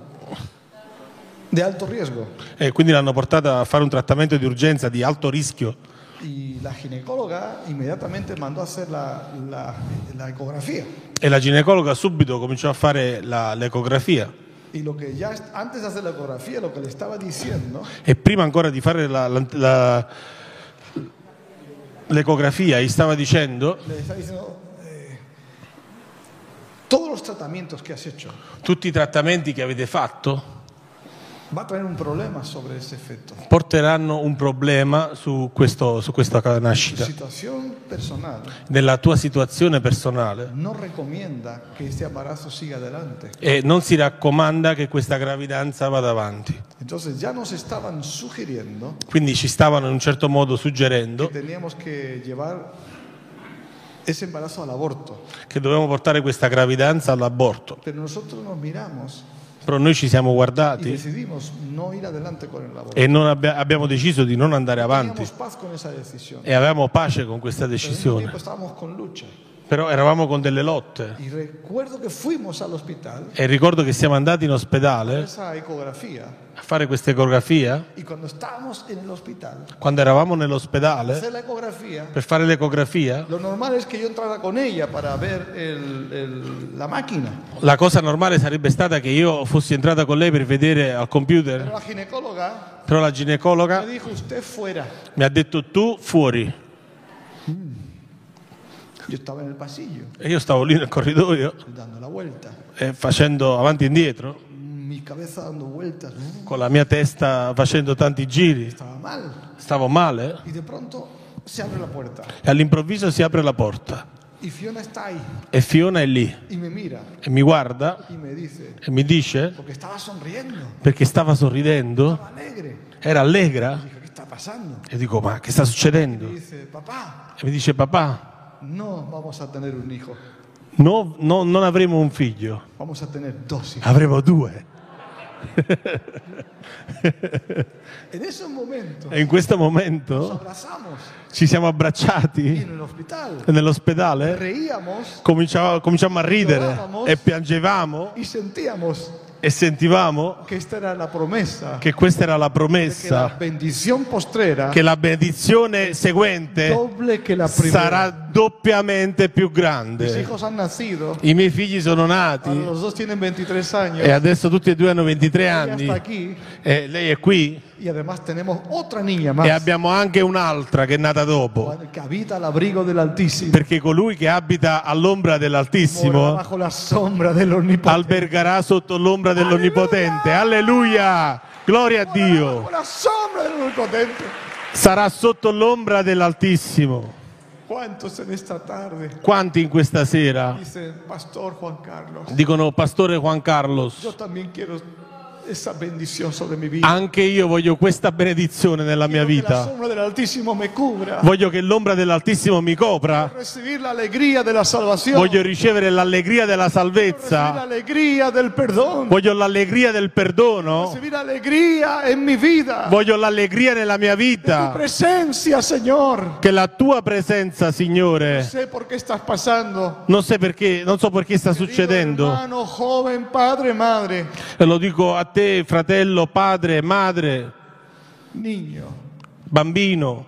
Speaker 3: De alto riesgo.
Speaker 2: E quindi l'hanno portata a fare un trattamento di urgenza di alto rischio
Speaker 3: Y la ginecóloga inmediatamente mandó a hacer la, la- la ecografía.
Speaker 2: E la ginecologa subito cominciò a fare la- l'ecografia
Speaker 3: Y lo que ya est- antes de hacer la ecografía, lo que le estaba diciendo
Speaker 2: e prima ancora di fare la- la- la- l'ecografia gli stava dicendo
Speaker 3: le está diciendo eh, todos los tratamientos que has hecho
Speaker 2: tutti i trattamenti che avete fatto
Speaker 3: va a traer un problema sobre ese efecto.
Speaker 2: porteranno un problema su, questo- su questa
Speaker 3: Tu
Speaker 2: nascita.
Speaker 3: situación personal
Speaker 2: Nella tua situazione personale
Speaker 3: no recomienda que este embarazo siga adelante.
Speaker 2: e non si raccomanda che questa gravidanza vada avanti.
Speaker 3: Entonces ya nos estaban sugiriendo
Speaker 2: Quindi ci stavano in un certo modo
Speaker 3: que
Speaker 2: suggerendo
Speaker 3: teníamos que llevar ese embarazo al aborto.
Speaker 2: che dovevamo portare questa gravidanza all'aborto.
Speaker 3: Pero nosotros nos miramos
Speaker 2: Però noi ci siamo
Speaker 3: y
Speaker 2: guardati
Speaker 3: decidimos no ir adelante con el aborto.
Speaker 2: e non abbia- abbiamo deciso di non andare avanti
Speaker 3: Teníamos paz con esa decisión.
Speaker 2: e avevamo pace con questa
Speaker 3: Pero al mismo
Speaker 2: decisione,
Speaker 3: tiempo estábamos con lucha.
Speaker 2: però eravamo con delle lotte
Speaker 3: Y recuerdo que fuimos al hospital,
Speaker 2: e ricordo che siamo andati in ospedale
Speaker 3: esa ecografía,
Speaker 2: a fare questa ecografia,
Speaker 3: y cuando estábamos en el hospital,
Speaker 2: quando eravamo nell'ospedale
Speaker 3: hacer la ecografía,
Speaker 2: per fare l'ecografia,
Speaker 3: lo normal es que yo entrara con ella para ver el- el- la máquina.
Speaker 2: la cosa normale sarebbe stata che io fossi entrata con lei per vedere al
Speaker 3: Pero
Speaker 2: computer,
Speaker 3: la ginecóloga
Speaker 2: però la
Speaker 3: me
Speaker 2: ginecologa
Speaker 3: dijo, usted fuera.
Speaker 2: mi ha detto tu fuori
Speaker 3: Yo estaba en el pasillo,
Speaker 2: e io stavo lì nel corridoio
Speaker 3: dando la vuelta,
Speaker 2: eh, facendo avanti e indietro
Speaker 3: mi cabeza dando vueltas,
Speaker 2: con la mia testa facendo tanti giri,
Speaker 3: estaba mal.
Speaker 2: stavo male
Speaker 3: Y de pronto se abre la puerta
Speaker 2: e all'improvviso si apre la porta
Speaker 3: y Fiona está ahí
Speaker 2: e Fiona è lì
Speaker 3: y me mira
Speaker 2: e mi guarda
Speaker 3: y me dice,
Speaker 2: e mi dice
Speaker 3: porque estaba sonriendo,
Speaker 2: perché stava sorridendo,
Speaker 3: estaba alegre.
Speaker 2: era allegra
Speaker 3: Dije, ¿qué está pasando?
Speaker 2: e dico ma che sta
Speaker 3: Y
Speaker 2: succedendo?
Speaker 3: dice, papá,
Speaker 2: E mi dice papà,
Speaker 3: no vamos a tener un hijo,
Speaker 2: no, no- non avremo un figlio,
Speaker 3: vamos a tener dos hijos.
Speaker 2: avremo due.
Speaker 3: En esos momentos
Speaker 2: E in questo
Speaker 3: nos
Speaker 2: momento
Speaker 3: abrazamos
Speaker 2: ci siamo
Speaker 3: y
Speaker 2: abbracciati
Speaker 3: en el hospital
Speaker 2: nell'ospedale,
Speaker 3: reíamos
Speaker 2: cominciamo, cominciamo a ridere e piangevamo
Speaker 3: y sentíamos
Speaker 2: e sentivamo
Speaker 3: que esta era la promesa,
Speaker 2: che questa era la
Speaker 3: que la
Speaker 2: promessa,
Speaker 3: bendición postrera
Speaker 2: che la benedizione seguente
Speaker 3: doble que la primera.
Speaker 2: sarà doppiamente più
Speaker 3: Mis
Speaker 2: grande.
Speaker 3: hijos han nacido,
Speaker 2: I miei figli sono
Speaker 3: ahora
Speaker 2: nati
Speaker 3: los dos tienen 23 años,
Speaker 2: e adesso tutti e due hanno 23
Speaker 3: ella
Speaker 2: anni.
Speaker 3: está aquí
Speaker 2: E lei è qui
Speaker 3: y además tenemos otra niña
Speaker 2: e
Speaker 3: más
Speaker 2: abbiamo anche un'altra che è nata dopo.
Speaker 3: que habita al abrigo del Altísimo,
Speaker 2: Perché colui che abita all'ombra
Speaker 3: mora
Speaker 2: dell'Altissimo
Speaker 3: bajo la sombra del Omnipotente,
Speaker 2: albergarà sotto l'ombra dell'Onnipotente. Alleluia! Gloria a
Speaker 3: bajo
Speaker 2: Dio!
Speaker 3: la sombra del Omnipotente.
Speaker 2: sarà sotto l'ombra dell'Altissimo.
Speaker 3: ¿Cuántos en esta tarde
Speaker 2: Quanti in questa sera
Speaker 3: dicen, Pastor Juan Carlos?
Speaker 2: dicono, Pastore Juan Carlos,
Speaker 3: Yo también quiero esa bendición sobre mi vida.
Speaker 2: anche io voglio questa benedizione nella mia
Speaker 3: Quiero que la
Speaker 2: vita.
Speaker 3: sombra del Altísimo me cubra.
Speaker 2: Voglio che l'ombra dell'Altissimo mi copra.
Speaker 3: Recibir la alegría de la salvación.
Speaker 2: Voglio ricevere l'allegria della
Speaker 3: recibir la
Speaker 2: salvezza.
Speaker 3: alegría del perdón.
Speaker 2: Voglio l'allegria del perdono.
Speaker 3: recibir alegría en mi vida.
Speaker 2: Voglio l'allegria nella mia
Speaker 3: tu
Speaker 2: vita.
Speaker 3: presencia, Señor.
Speaker 2: Che la tua presenza,
Speaker 3: No
Speaker 2: Signore,
Speaker 3: sé por qué estás pasando.
Speaker 2: non, so perché- non so perché sta
Speaker 3: Digo,
Speaker 2: succedendo.
Speaker 3: hermano, joven, padre, madre,
Speaker 2: E lo dico a te, fratello, padre, madre,
Speaker 3: niño.
Speaker 2: bambino.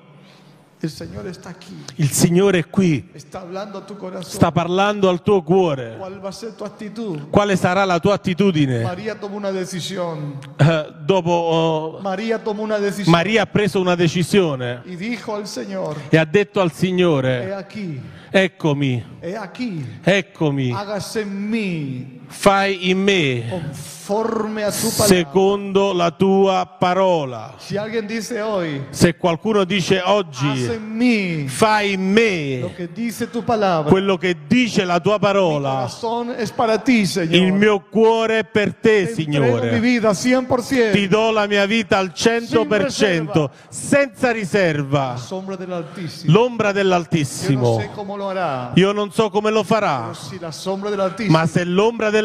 Speaker 3: El Señor está aquí.
Speaker 2: Il Signore è qui.
Speaker 3: Está hablando a tu corazón.
Speaker 2: Sta parlando al tuo cuore.
Speaker 3: ¿Cuál va a ser tu actitud?
Speaker 2: Quale sarà la tua attitudine?
Speaker 3: María tomó una decisión.
Speaker 2: Eh, dopo oh,
Speaker 3: María tomó una decisión
Speaker 2: Maria ha preso una decisione
Speaker 3: y dijo al Señor,
Speaker 2: e ha detto al
Speaker 3: he
Speaker 2: Signore,
Speaker 3: aquí,
Speaker 2: eccomi,
Speaker 3: he aquí,
Speaker 2: eccomi,
Speaker 3: hágase en mí
Speaker 2: fai in me
Speaker 3: conforme a tu palabra.
Speaker 2: secondo la tua parola.
Speaker 3: Si alguien dice hoy,
Speaker 2: Se qualcuno dice
Speaker 3: haz
Speaker 2: oggi,
Speaker 3: en mí
Speaker 2: fai in
Speaker 3: lo
Speaker 2: me
Speaker 3: que dice tu palabra,
Speaker 2: quello che dice la tua
Speaker 3: mi
Speaker 2: parola,
Speaker 3: corazón es para ti,
Speaker 2: il
Speaker 3: Señor.
Speaker 2: mio cuore è per te,
Speaker 3: Te entrego mi
Speaker 2: Signore.
Speaker 3: vida
Speaker 2: Ti
Speaker 3: 100%.
Speaker 2: do la mia vita al
Speaker 3: Sin reserva.
Speaker 2: 100%, senza riserva.
Speaker 3: Sombra del Altísimo.
Speaker 2: L'ombra
Speaker 3: Yo no sé
Speaker 2: dell'Altissimo.
Speaker 3: cómo lo hará.
Speaker 2: Io non so come lo farà,
Speaker 3: pero Si la sombra del Altísimo,
Speaker 2: ma se l'ombra dell'Altissimo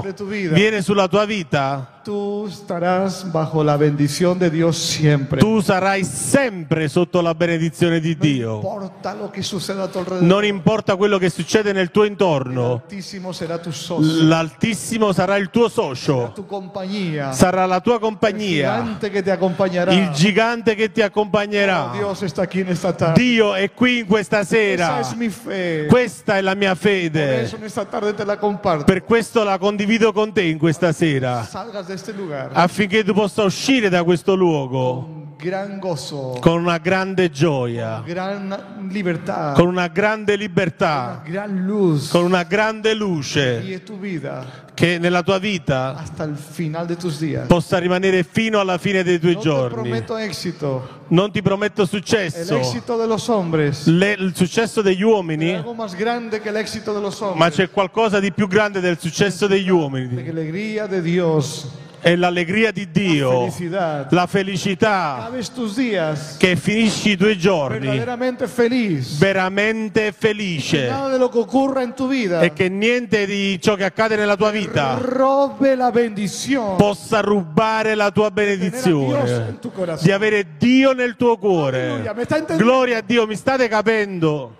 Speaker 3: Viene sulle tue vite.
Speaker 2: viene sulla tua vita,
Speaker 3: tú estarás bajo la bendición de Dios siempre.
Speaker 2: tu sarai sempre sotto la benedizione di
Speaker 3: No
Speaker 2: Dio.
Speaker 3: importa lo que suceda a tu alrededor.
Speaker 2: Non importa quello che succede nel tuo
Speaker 3: el
Speaker 2: intorno,
Speaker 3: Altísimo será tu socio,
Speaker 2: l'Altissimo sarà il tuo socio,
Speaker 3: tu compañía,
Speaker 2: sarà la tua
Speaker 3: el
Speaker 2: compagnia,
Speaker 3: gigante que te acompañará.
Speaker 2: il gigante che ti
Speaker 3: Oh,
Speaker 2: accompagnerà.
Speaker 3: Dios está aquí en esta tarde.
Speaker 2: Dio è qui in questa
Speaker 3: Esa
Speaker 2: sera.
Speaker 3: es mi fe.
Speaker 2: Questa è la mia
Speaker 3: Por eso
Speaker 2: fede.
Speaker 3: en esta tarde te la comparto.
Speaker 2: Per questo la condivido con te in questa sera.
Speaker 3: Salgas de este lugar
Speaker 2: affinché tu possa uscire da questo luogo
Speaker 3: con gran gozo,
Speaker 2: con una grande gioia,
Speaker 3: gran libertad,
Speaker 2: con una grande libertà,
Speaker 3: gran luz.
Speaker 2: con una grande luce
Speaker 3: y es tu vida
Speaker 2: che nella tua vita
Speaker 3: hasta el final de tus días.
Speaker 2: possa rimanere fino alla fine dei tuoi
Speaker 3: No te
Speaker 2: giorni.
Speaker 3: prometo éxito.
Speaker 2: Non ti prometto
Speaker 3: El
Speaker 2: successo,
Speaker 3: éxito de los hombres
Speaker 2: le- il successo degli
Speaker 3: es
Speaker 2: uomini,
Speaker 3: algo más grande que el éxito de los
Speaker 2: ma
Speaker 3: hombres.
Speaker 2: c'è qualcosa di più grande del successo degli
Speaker 3: La
Speaker 2: uomini.
Speaker 3: alegría de Dios,
Speaker 2: È l'allegria di Dio,
Speaker 3: felicidad.
Speaker 2: la felicità
Speaker 3: Sabes tus días
Speaker 2: che finisci i tuoi giorni
Speaker 3: verdaderamente feliz.
Speaker 2: veramente felice.
Speaker 3: Nada de lo que ocurra en tu vida
Speaker 2: e che niente di ciò che accade nella tua vita
Speaker 3: robe la bendición.
Speaker 2: possa rubare la tua
Speaker 3: Tener a Dios
Speaker 2: benedizione,
Speaker 3: en tu corazón.
Speaker 2: di avere Dio nel tuo
Speaker 3: Aleluya, me
Speaker 2: cuore.
Speaker 3: está entendiendo.
Speaker 2: Gloria a Dio, mi state capendo?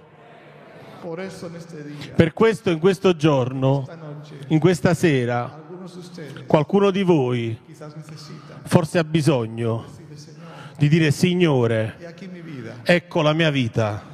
Speaker 3: Por eso en este día,
Speaker 2: Per questo in questo giorno,
Speaker 3: esta noche,
Speaker 2: in questa sera,
Speaker 3: algunos de ustedes
Speaker 2: qualcuno di voi
Speaker 3: quizás necesitan.
Speaker 2: forse ha bisogno di dire Signore,
Speaker 3: Y aquí mi vida,
Speaker 2: ecco la mia vita,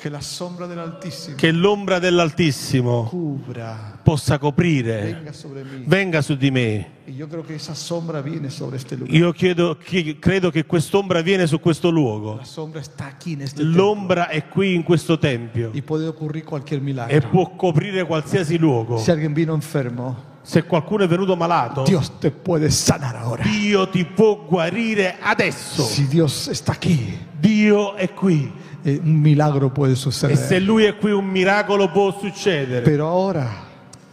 Speaker 3: que la sombra del Altísimo
Speaker 2: che l'ombra dell'Altissimo
Speaker 3: cubra,
Speaker 2: possa coprire,
Speaker 3: venga sobre mí.
Speaker 2: venga su di me.
Speaker 3: Y yo creo que esa sombra viene sobre este lugar.
Speaker 2: Io chiedo- chi- credo che quest'ombra viene su questo luogo.
Speaker 3: La sombra está aquí en este lugar
Speaker 2: L'ombra è qui in questo tempio
Speaker 3: y puede ocurrir cualquier
Speaker 2: e
Speaker 3: milagro.
Speaker 2: può coprire qualsiasi luogo.
Speaker 3: Si alguien vino enfermo,
Speaker 2: Se qualcuno è venuto malato,
Speaker 3: Dios te puede sanar ahora.
Speaker 2: Dio ti può guarire adesso.
Speaker 3: Si Dios está aquí,
Speaker 2: Dio è qui
Speaker 3: eh, un milagro puede
Speaker 2: e se
Speaker 3: suceder.
Speaker 2: lui è qui un miracolo può succedere.
Speaker 3: Pero ahora,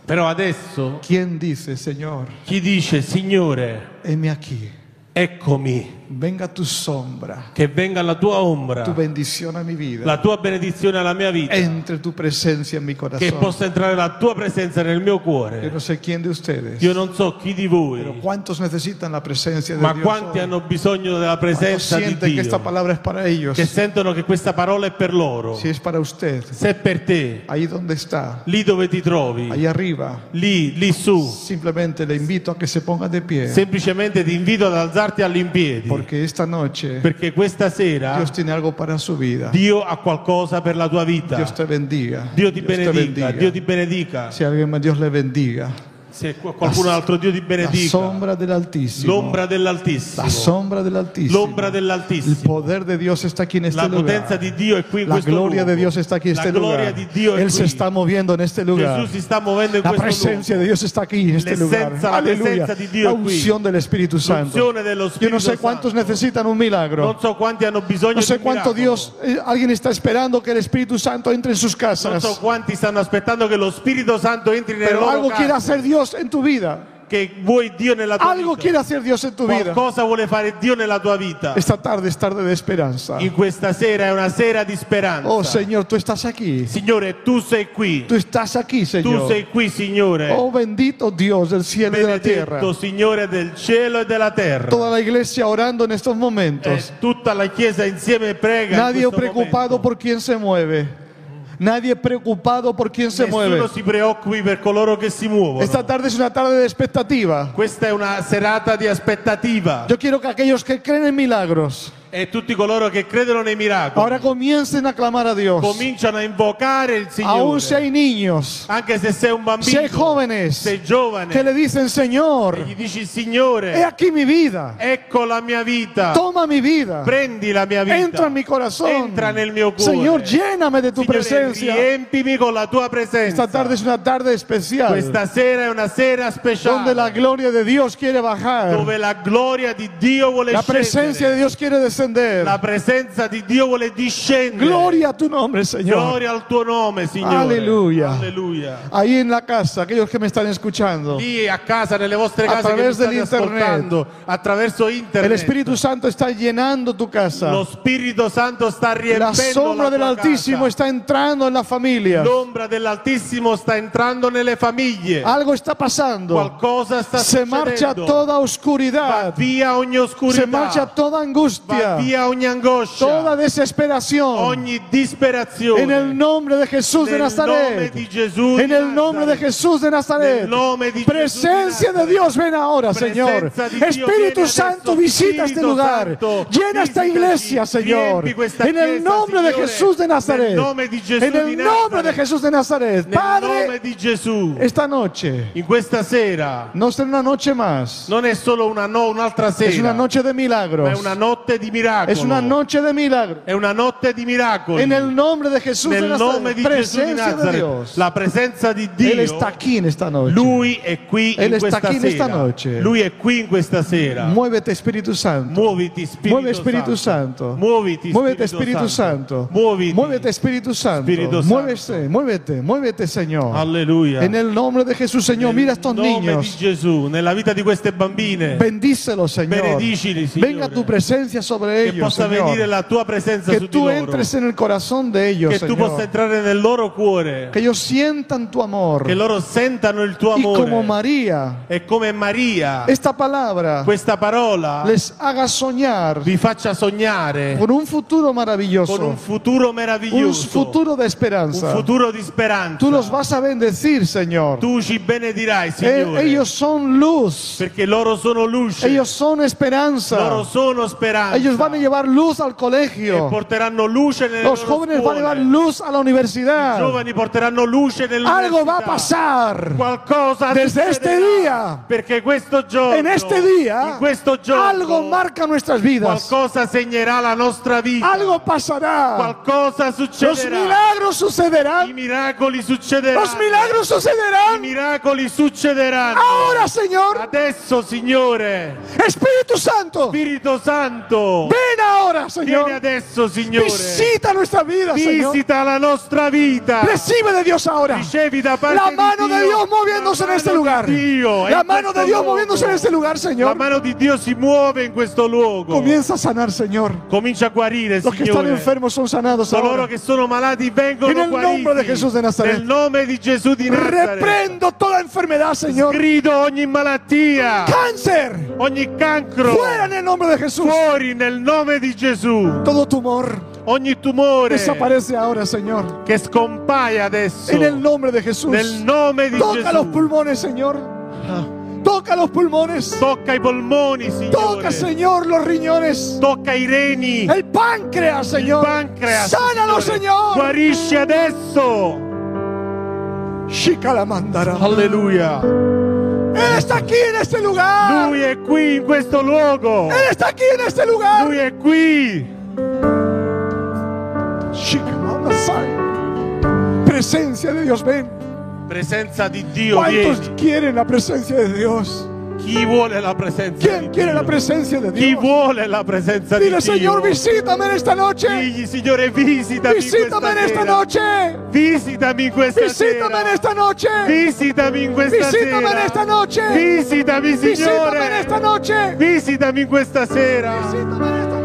Speaker 2: Però adesso
Speaker 3: ¿quién dice, Señor,
Speaker 2: chi dice Signore,
Speaker 3: heme aquí?
Speaker 2: eccomi,
Speaker 3: Venga tu sombra,
Speaker 2: che venga la tua
Speaker 3: tu Eh,
Speaker 2: ombra,
Speaker 3: bendición a mi vida.
Speaker 2: la tua benedizione alla mia vita,
Speaker 3: Entre tu presencia en mi
Speaker 2: che
Speaker 3: corazón.
Speaker 2: possa entrare la tua presenza nel mio
Speaker 3: Yo
Speaker 2: cuore.
Speaker 3: no sé quién de ustedes,
Speaker 2: Io non so chi di
Speaker 3: pero
Speaker 2: voi,
Speaker 3: ¿cuántos necesitan la presencia de
Speaker 2: ma
Speaker 3: Dios?
Speaker 2: quanti
Speaker 3: hoy?
Speaker 2: hanno bisogno della
Speaker 3: ¿Cuántos
Speaker 2: presenza di
Speaker 3: sienten que
Speaker 2: Dio?
Speaker 3: esta palabra es para ellos?
Speaker 2: che sentono che questa parola è per loro.
Speaker 3: Si es para usted,
Speaker 2: Se è per te,
Speaker 3: ahí donde está,
Speaker 2: lì dove ti trovi,
Speaker 3: ahí arriba,
Speaker 2: lì, lì su,
Speaker 3: simplemente le invito a que se ponga de pie,
Speaker 2: semplicemente ti invito ad alzarti all'impiedi,
Speaker 3: porque esta noche
Speaker 2: perché questa sera
Speaker 3: Dios tiene algo para su vida.
Speaker 2: Dio ha qualcosa per la tua vita.
Speaker 3: Dios te bendiga.
Speaker 2: Dio ti
Speaker 3: Dios te
Speaker 2: benedica,
Speaker 3: bendiga.
Speaker 2: Dio ti benedica.
Speaker 3: Si alguien más Dios le bendiga.
Speaker 2: se qu- qualcun altro Dio ti
Speaker 3: la
Speaker 2: benedica.
Speaker 3: sombra del Altísimo.
Speaker 2: L'ombra dell'Altissimo.
Speaker 3: La sombra del Altísimo.
Speaker 2: L'ombra
Speaker 3: El
Speaker 2: dell'Altissimo.
Speaker 3: poder de Dios está aquí en este
Speaker 2: La
Speaker 3: lugar.
Speaker 2: potenza di Dio è qui in
Speaker 3: La
Speaker 2: questo
Speaker 3: gloria
Speaker 2: luogo.
Speaker 3: de Dios está aquí en
Speaker 2: este La
Speaker 3: este
Speaker 2: gloria
Speaker 3: lugar.
Speaker 2: di Dio è
Speaker 3: Él se
Speaker 2: qui.
Speaker 3: está moviendo en este lugar.
Speaker 2: Gesù si sta muovendo in
Speaker 3: La
Speaker 2: questo
Speaker 3: presencia
Speaker 2: luogo.
Speaker 3: de Dios está aquí en este lugar.
Speaker 2: L'essenza, la
Speaker 3: Aleluya.
Speaker 2: presenza di Dio
Speaker 3: La
Speaker 2: è qui.
Speaker 3: unción del Espíritu Santo.
Speaker 2: L'unzione dello
Speaker 3: Yo no
Speaker 2: Spirito
Speaker 3: sé cuántos
Speaker 2: Santo.
Speaker 3: necesitan un milagro.
Speaker 2: Non so quanti hanno bisogno
Speaker 3: No
Speaker 2: di
Speaker 3: sé
Speaker 2: un
Speaker 3: cuánto
Speaker 2: miracolo.
Speaker 3: Dios, eh, alguien está esperando que el Espíritu Santo entre en sus
Speaker 2: Non
Speaker 3: casas.
Speaker 2: so quanti stanno aspettando che lo Spirito Santo entri nel
Speaker 3: Pero
Speaker 2: loro
Speaker 3: algo quiere
Speaker 2: cuore.
Speaker 3: hacer Dios en tu vida.
Speaker 2: Che vuoi Dio nella tua
Speaker 3: Algo
Speaker 2: vita.
Speaker 3: quiere hacer Dios en tu vida.
Speaker 2: Qualcosa vuole fare Dio nella tua vita.
Speaker 3: Esta tarde es tarde de esperanza.
Speaker 2: In questa sera è una sera di speranza.
Speaker 3: Oh Señor, tú estás aquí.
Speaker 2: Signore, tu sei qui.
Speaker 3: Tú estás aquí,
Speaker 2: Tu
Speaker 3: Señor.
Speaker 2: sei qui, Signore.
Speaker 3: Oh bendito Dios del cielo y de la tierra.
Speaker 2: Benedetto Signore del cielo e della terra.
Speaker 3: Toda la iglesia orando en estos momentos.
Speaker 2: Eh, tutta la Chiesa insieme prega. in
Speaker 3: Nadie
Speaker 2: questo
Speaker 3: preocupado
Speaker 2: momento.
Speaker 3: por quién se mueve. Nadie preocupado por quién se
Speaker 2: Nessuno
Speaker 3: mueve.
Speaker 2: si preoccupi per coloro che si muovono.
Speaker 3: Esta tarde es una tarde de expectativa.
Speaker 2: Questa è una serata di aspettativa.
Speaker 3: Yo quiero que aquellos que creen en milagros
Speaker 2: E tutti coloro che credono nei miracoli
Speaker 3: ahora comiencen a clamar a Dios.
Speaker 2: cominciano a invocare il Signore.
Speaker 3: Aún si hay niños,
Speaker 2: Anche se sei un bambino,
Speaker 3: si hay jóvenes
Speaker 2: sei giovane,
Speaker 3: que le dicen,
Speaker 2: e
Speaker 3: Señor,
Speaker 2: gli dici
Speaker 3: he
Speaker 2: Signore,
Speaker 3: aquí mi vida.
Speaker 2: ecco la mia vita,
Speaker 3: Toma mi vida.
Speaker 2: prendi la mia vita,
Speaker 3: Entra en mi corazón.
Speaker 2: entra nel mio cuore.
Speaker 3: Señor, lléname de tu
Speaker 2: Signore,
Speaker 3: presencia.
Speaker 2: riempimi con la tua presenza.
Speaker 3: Esta tarde es una tarde especial
Speaker 2: Questa sera è una sera speciale
Speaker 3: donde la gloria de Dios quiere bajar.
Speaker 2: dove la gloria di Dio vuole
Speaker 3: La presencia
Speaker 2: scendere.
Speaker 3: de Dios quiere descender.
Speaker 2: La presenza di Dio vuole discendere.
Speaker 3: Gloria a tu nombre, Señor.
Speaker 2: Gloria al tuo nome, Signore.
Speaker 3: Alleluia.
Speaker 2: Alleluia.
Speaker 3: Ahí en la casa, aquellos que me están escuchando,
Speaker 2: Lì a casa, nelle vostre case
Speaker 3: A
Speaker 2: che mi
Speaker 3: través
Speaker 2: state
Speaker 3: dell'internet.
Speaker 2: ascoltando, attraverso internet.
Speaker 3: el Espíritu Santo está llenando tu
Speaker 2: Lo
Speaker 3: casa.
Speaker 2: Spirito Santo sta riempendo
Speaker 3: La sombra
Speaker 2: la
Speaker 3: del
Speaker 2: tua
Speaker 3: Altísimo
Speaker 2: casa.
Speaker 3: está entrando en la familia.
Speaker 2: L'ombra dell'Altissimo sta entrando nelle famiglie.
Speaker 3: Algo está pasando.
Speaker 2: Qualcosa sta
Speaker 3: Ah, Se
Speaker 2: succedendo.
Speaker 3: marcha toda
Speaker 2: Va
Speaker 3: oscuridad.
Speaker 2: via ogni oscurità.
Speaker 3: Se marcha toda
Speaker 2: Va
Speaker 3: angustia.
Speaker 2: via ogni angoscia.
Speaker 3: Toda desesperación.
Speaker 2: ogni disperazione.
Speaker 3: En el nombre de Jesús de
Speaker 2: Nel nome
Speaker 3: Nazaret.
Speaker 2: di Gesù.
Speaker 3: En
Speaker 2: di
Speaker 3: el nombre de
Speaker 2: Nazaret.
Speaker 3: Jesús de Nazaret.
Speaker 2: Nel nome di Gesù di
Speaker 3: Presencia de
Speaker 2: Nazaret.
Speaker 3: Dios, ven ahora, Señor.
Speaker 2: Presenza di Dio, vieni
Speaker 3: Espíritu
Speaker 2: adesso,
Speaker 3: este Santo, visita este
Speaker 2: Spirito
Speaker 3: lugar.
Speaker 2: Santo,
Speaker 3: Llena esta
Speaker 2: visitaci,
Speaker 3: iglesia, Señor.
Speaker 2: riempi questa
Speaker 3: En el
Speaker 2: chiesa,
Speaker 3: nombre de
Speaker 2: Signore,
Speaker 3: Jesús de
Speaker 2: nel
Speaker 3: Nazaret.
Speaker 2: nome di Gesù
Speaker 3: En el
Speaker 2: di
Speaker 3: nombre de
Speaker 2: Nazaret.
Speaker 3: Jesús de Nazaret.
Speaker 2: Nel nome
Speaker 3: Padre,
Speaker 2: di Gesù.
Speaker 3: esta noche
Speaker 2: In questa sera
Speaker 3: no será una noche más.
Speaker 2: non è solo una no- un'altra sera,
Speaker 3: Es una noche de
Speaker 2: ma è
Speaker 3: milagros.
Speaker 2: una notte di miracoli.
Speaker 3: Es una noche de milagros.
Speaker 2: È una notte di miracoli.
Speaker 3: En el nombre de Jesús de
Speaker 2: Nel nome
Speaker 3: Nazaret.
Speaker 2: di Gesù di
Speaker 3: Presencia de
Speaker 2: Nazareth,
Speaker 3: Dios.
Speaker 2: la presenza di
Speaker 3: Él
Speaker 2: Dio,
Speaker 3: está aquí en esta noche.
Speaker 2: Lui è qui
Speaker 3: Él
Speaker 2: in
Speaker 3: está
Speaker 2: questa
Speaker 3: aquí en esta
Speaker 2: sera.
Speaker 3: noche.
Speaker 2: Lui è qui in questa sera.
Speaker 3: Muévete, Espíritu Santo.
Speaker 2: Muoviti Spirito
Speaker 3: Mueve Espíritu Santo.
Speaker 2: Muoviti
Speaker 3: Muévete
Speaker 2: Spirito
Speaker 3: Espíritu Santo.
Speaker 2: Muoviti.
Speaker 3: Muévete Espíritu Santo.
Speaker 2: Espíritu Santo.
Speaker 3: Muévese, muévete, muévete Señor.
Speaker 2: Alleluia.
Speaker 3: En el nombre de Jesús, Señor, mira a estos
Speaker 2: Nel nome di
Speaker 3: niños.
Speaker 2: Gesù, nella vita di queste bambine,
Speaker 3: Bendícelos, Señor.
Speaker 2: Benedicili, Signore.
Speaker 3: Venga tu presencia sobre
Speaker 2: che
Speaker 3: ellos,
Speaker 2: possa venire
Speaker 3: Señor.
Speaker 2: la tua presenza
Speaker 3: Que
Speaker 2: su di
Speaker 3: tú
Speaker 2: loro.
Speaker 3: entres en el corazón de ellos,
Speaker 2: che tu possa
Speaker 3: Señor.
Speaker 2: entrare nel loro cuore,
Speaker 3: Que ellos sientan tu amor.
Speaker 2: che loro sentano il tuo
Speaker 3: Y como
Speaker 2: amore.
Speaker 3: María,
Speaker 2: E come Maria,
Speaker 3: esta palabra
Speaker 2: questa parola
Speaker 3: les haga soñar
Speaker 2: vi faccia sognare
Speaker 3: con un futuro maravilloso.
Speaker 2: con un futuro
Speaker 3: un
Speaker 2: meraviglioso,
Speaker 3: futuro de esperanza.
Speaker 2: un futuro di speranza.
Speaker 3: Tú los vas a bendecir, Señor.
Speaker 2: Tu ci benedirai,
Speaker 3: E-
Speaker 2: Signore,
Speaker 3: ellos son luz.
Speaker 2: perché loro sono luce,
Speaker 3: Ellos son
Speaker 2: loro
Speaker 3: esperanza.
Speaker 2: sono speranza.
Speaker 3: Ellos van a llevar luz al
Speaker 2: e
Speaker 3: colegio.
Speaker 2: porteranno luce nelle
Speaker 3: Los
Speaker 2: loro
Speaker 3: jóvenes van a llevar
Speaker 2: scuole.
Speaker 3: luz a la
Speaker 2: I
Speaker 3: universidad.
Speaker 2: giovani porteranno luce nell'università.
Speaker 3: Algo va a pasar.
Speaker 2: Qualcosa
Speaker 3: Desde este
Speaker 2: succederà,
Speaker 3: día.
Speaker 2: perché questo giorno,
Speaker 3: En este
Speaker 2: in
Speaker 3: día,
Speaker 2: questo giorno,
Speaker 3: algo marca nuestras vidas.
Speaker 2: qualcosa segnerà la nostra vita.
Speaker 3: Algo pasará.
Speaker 2: qualcosa
Speaker 3: Ah. Los
Speaker 2: succederà.
Speaker 3: milagros
Speaker 2: I
Speaker 3: sucederán.
Speaker 2: miracoli succederanno.
Speaker 3: Los milagros
Speaker 2: I
Speaker 3: sucederán.
Speaker 2: miracoli succederanno.
Speaker 3: Ahora, Señor,
Speaker 2: Adesso, Signore,
Speaker 3: Espíritu Santo,
Speaker 2: Spirito Santo,
Speaker 3: ven ahora,
Speaker 2: vieni
Speaker 3: Señor.
Speaker 2: adesso, Signore.
Speaker 3: Visita nuestra vida, Señor.
Speaker 2: Visita la nostra vita.
Speaker 3: Recibe de Dios ahora.
Speaker 2: Ricevi da parte
Speaker 3: La
Speaker 2: di
Speaker 3: mano de
Speaker 2: Dio,
Speaker 3: Dios moviéndose
Speaker 2: la
Speaker 3: en este
Speaker 2: mano di
Speaker 3: lugar.
Speaker 2: Dio,
Speaker 3: La
Speaker 2: in
Speaker 3: mano de
Speaker 2: questo
Speaker 3: Dios
Speaker 2: luogo.
Speaker 3: moviéndose en este lugar,
Speaker 2: La
Speaker 3: Señor.
Speaker 2: mano di Dio si muove in questo luogo.
Speaker 3: Comienza a sanar, Señor.
Speaker 2: Comincia a guarire,
Speaker 3: Los que están
Speaker 2: Signore.
Speaker 3: enfermos son sanados
Speaker 2: Coloro
Speaker 3: ahora.
Speaker 2: che sono malati vengono
Speaker 3: Nel
Speaker 2: guariti.
Speaker 3: nome di Gesù di Nazaret.
Speaker 2: Nel nome di Gesù di Nazareth.
Speaker 3: Reprendo toda enfermedad, Señor.
Speaker 2: Grido ogni malattia,
Speaker 3: Cáncer,
Speaker 2: ogni cancro.
Speaker 3: fuera en el nombre de Jesús.
Speaker 2: Fuori nel nome di Gesù.
Speaker 3: Todo tumor
Speaker 2: Ogni tumore
Speaker 3: desaparece ahora, Señor.
Speaker 2: che scompaia adesso.
Speaker 3: En el nombre de Jesús.
Speaker 2: Nel nome di
Speaker 3: Toca los
Speaker 2: Gesù.
Speaker 3: pulmones, Señor.
Speaker 2: Ah.
Speaker 3: Toca los pulmones.
Speaker 2: Tocca i polmoni, Signore.
Speaker 3: Toca, Señor, los riñones.
Speaker 2: Tocca i reni.
Speaker 3: El páncreas, Señor.
Speaker 2: pancreas.
Speaker 3: Sánalo, Señor.
Speaker 2: Guarisci adesso.
Speaker 3: Shikalamandará.
Speaker 2: Alleluia.
Speaker 3: Él está aquí en este lugar.
Speaker 2: Lui è qui in questo luogo.
Speaker 3: Él está aquí en este lugar.
Speaker 2: Lui è qui.
Speaker 3: Shikamasai. Presencia de Dios, ven.
Speaker 2: Presenza di Dio,
Speaker 3: ¿Cuántos
Speaker 2: vieni.
Speaker 3: quieren la presencia de Dios?
Speaker 2: Chi vuole la presenza di
Speaker 3: ¿Quién quiere la
Speaker 2: Dio?
Speaker 3: presencia de
Speaker 2: Chi
Speaker 3: Dios?
Speaker 2: vuole la presenza di
Speaker 3: Dile,
Speaker 2: Dio?
Speaker 3: Señor, visítame en esta noche.
Speaker 2: Digli, Signore, visitami in
Speaker 3: Visítame en
Speaker 2: questa
Speaker 3: esta
Speaker 2: sera.
Speaker 3: noche.
Speaker 2: Visitami in questa
Speaker 3: Visítame en
Speaker 2: sera.
Speaker 3: esta noche.
Speaker 2: Visitami in questa
Speaker 3: Visítame en
Speaker 2: sera.
Speaker 3: esta noche.
Speaker 2: Visitami,
Speaker 3: Visítame en
Speaker 2: Signore.
Speaker 3: esta noche.
Speaker 2: Visitami in questa sera.
Speaker 3: Visítame en esta noche.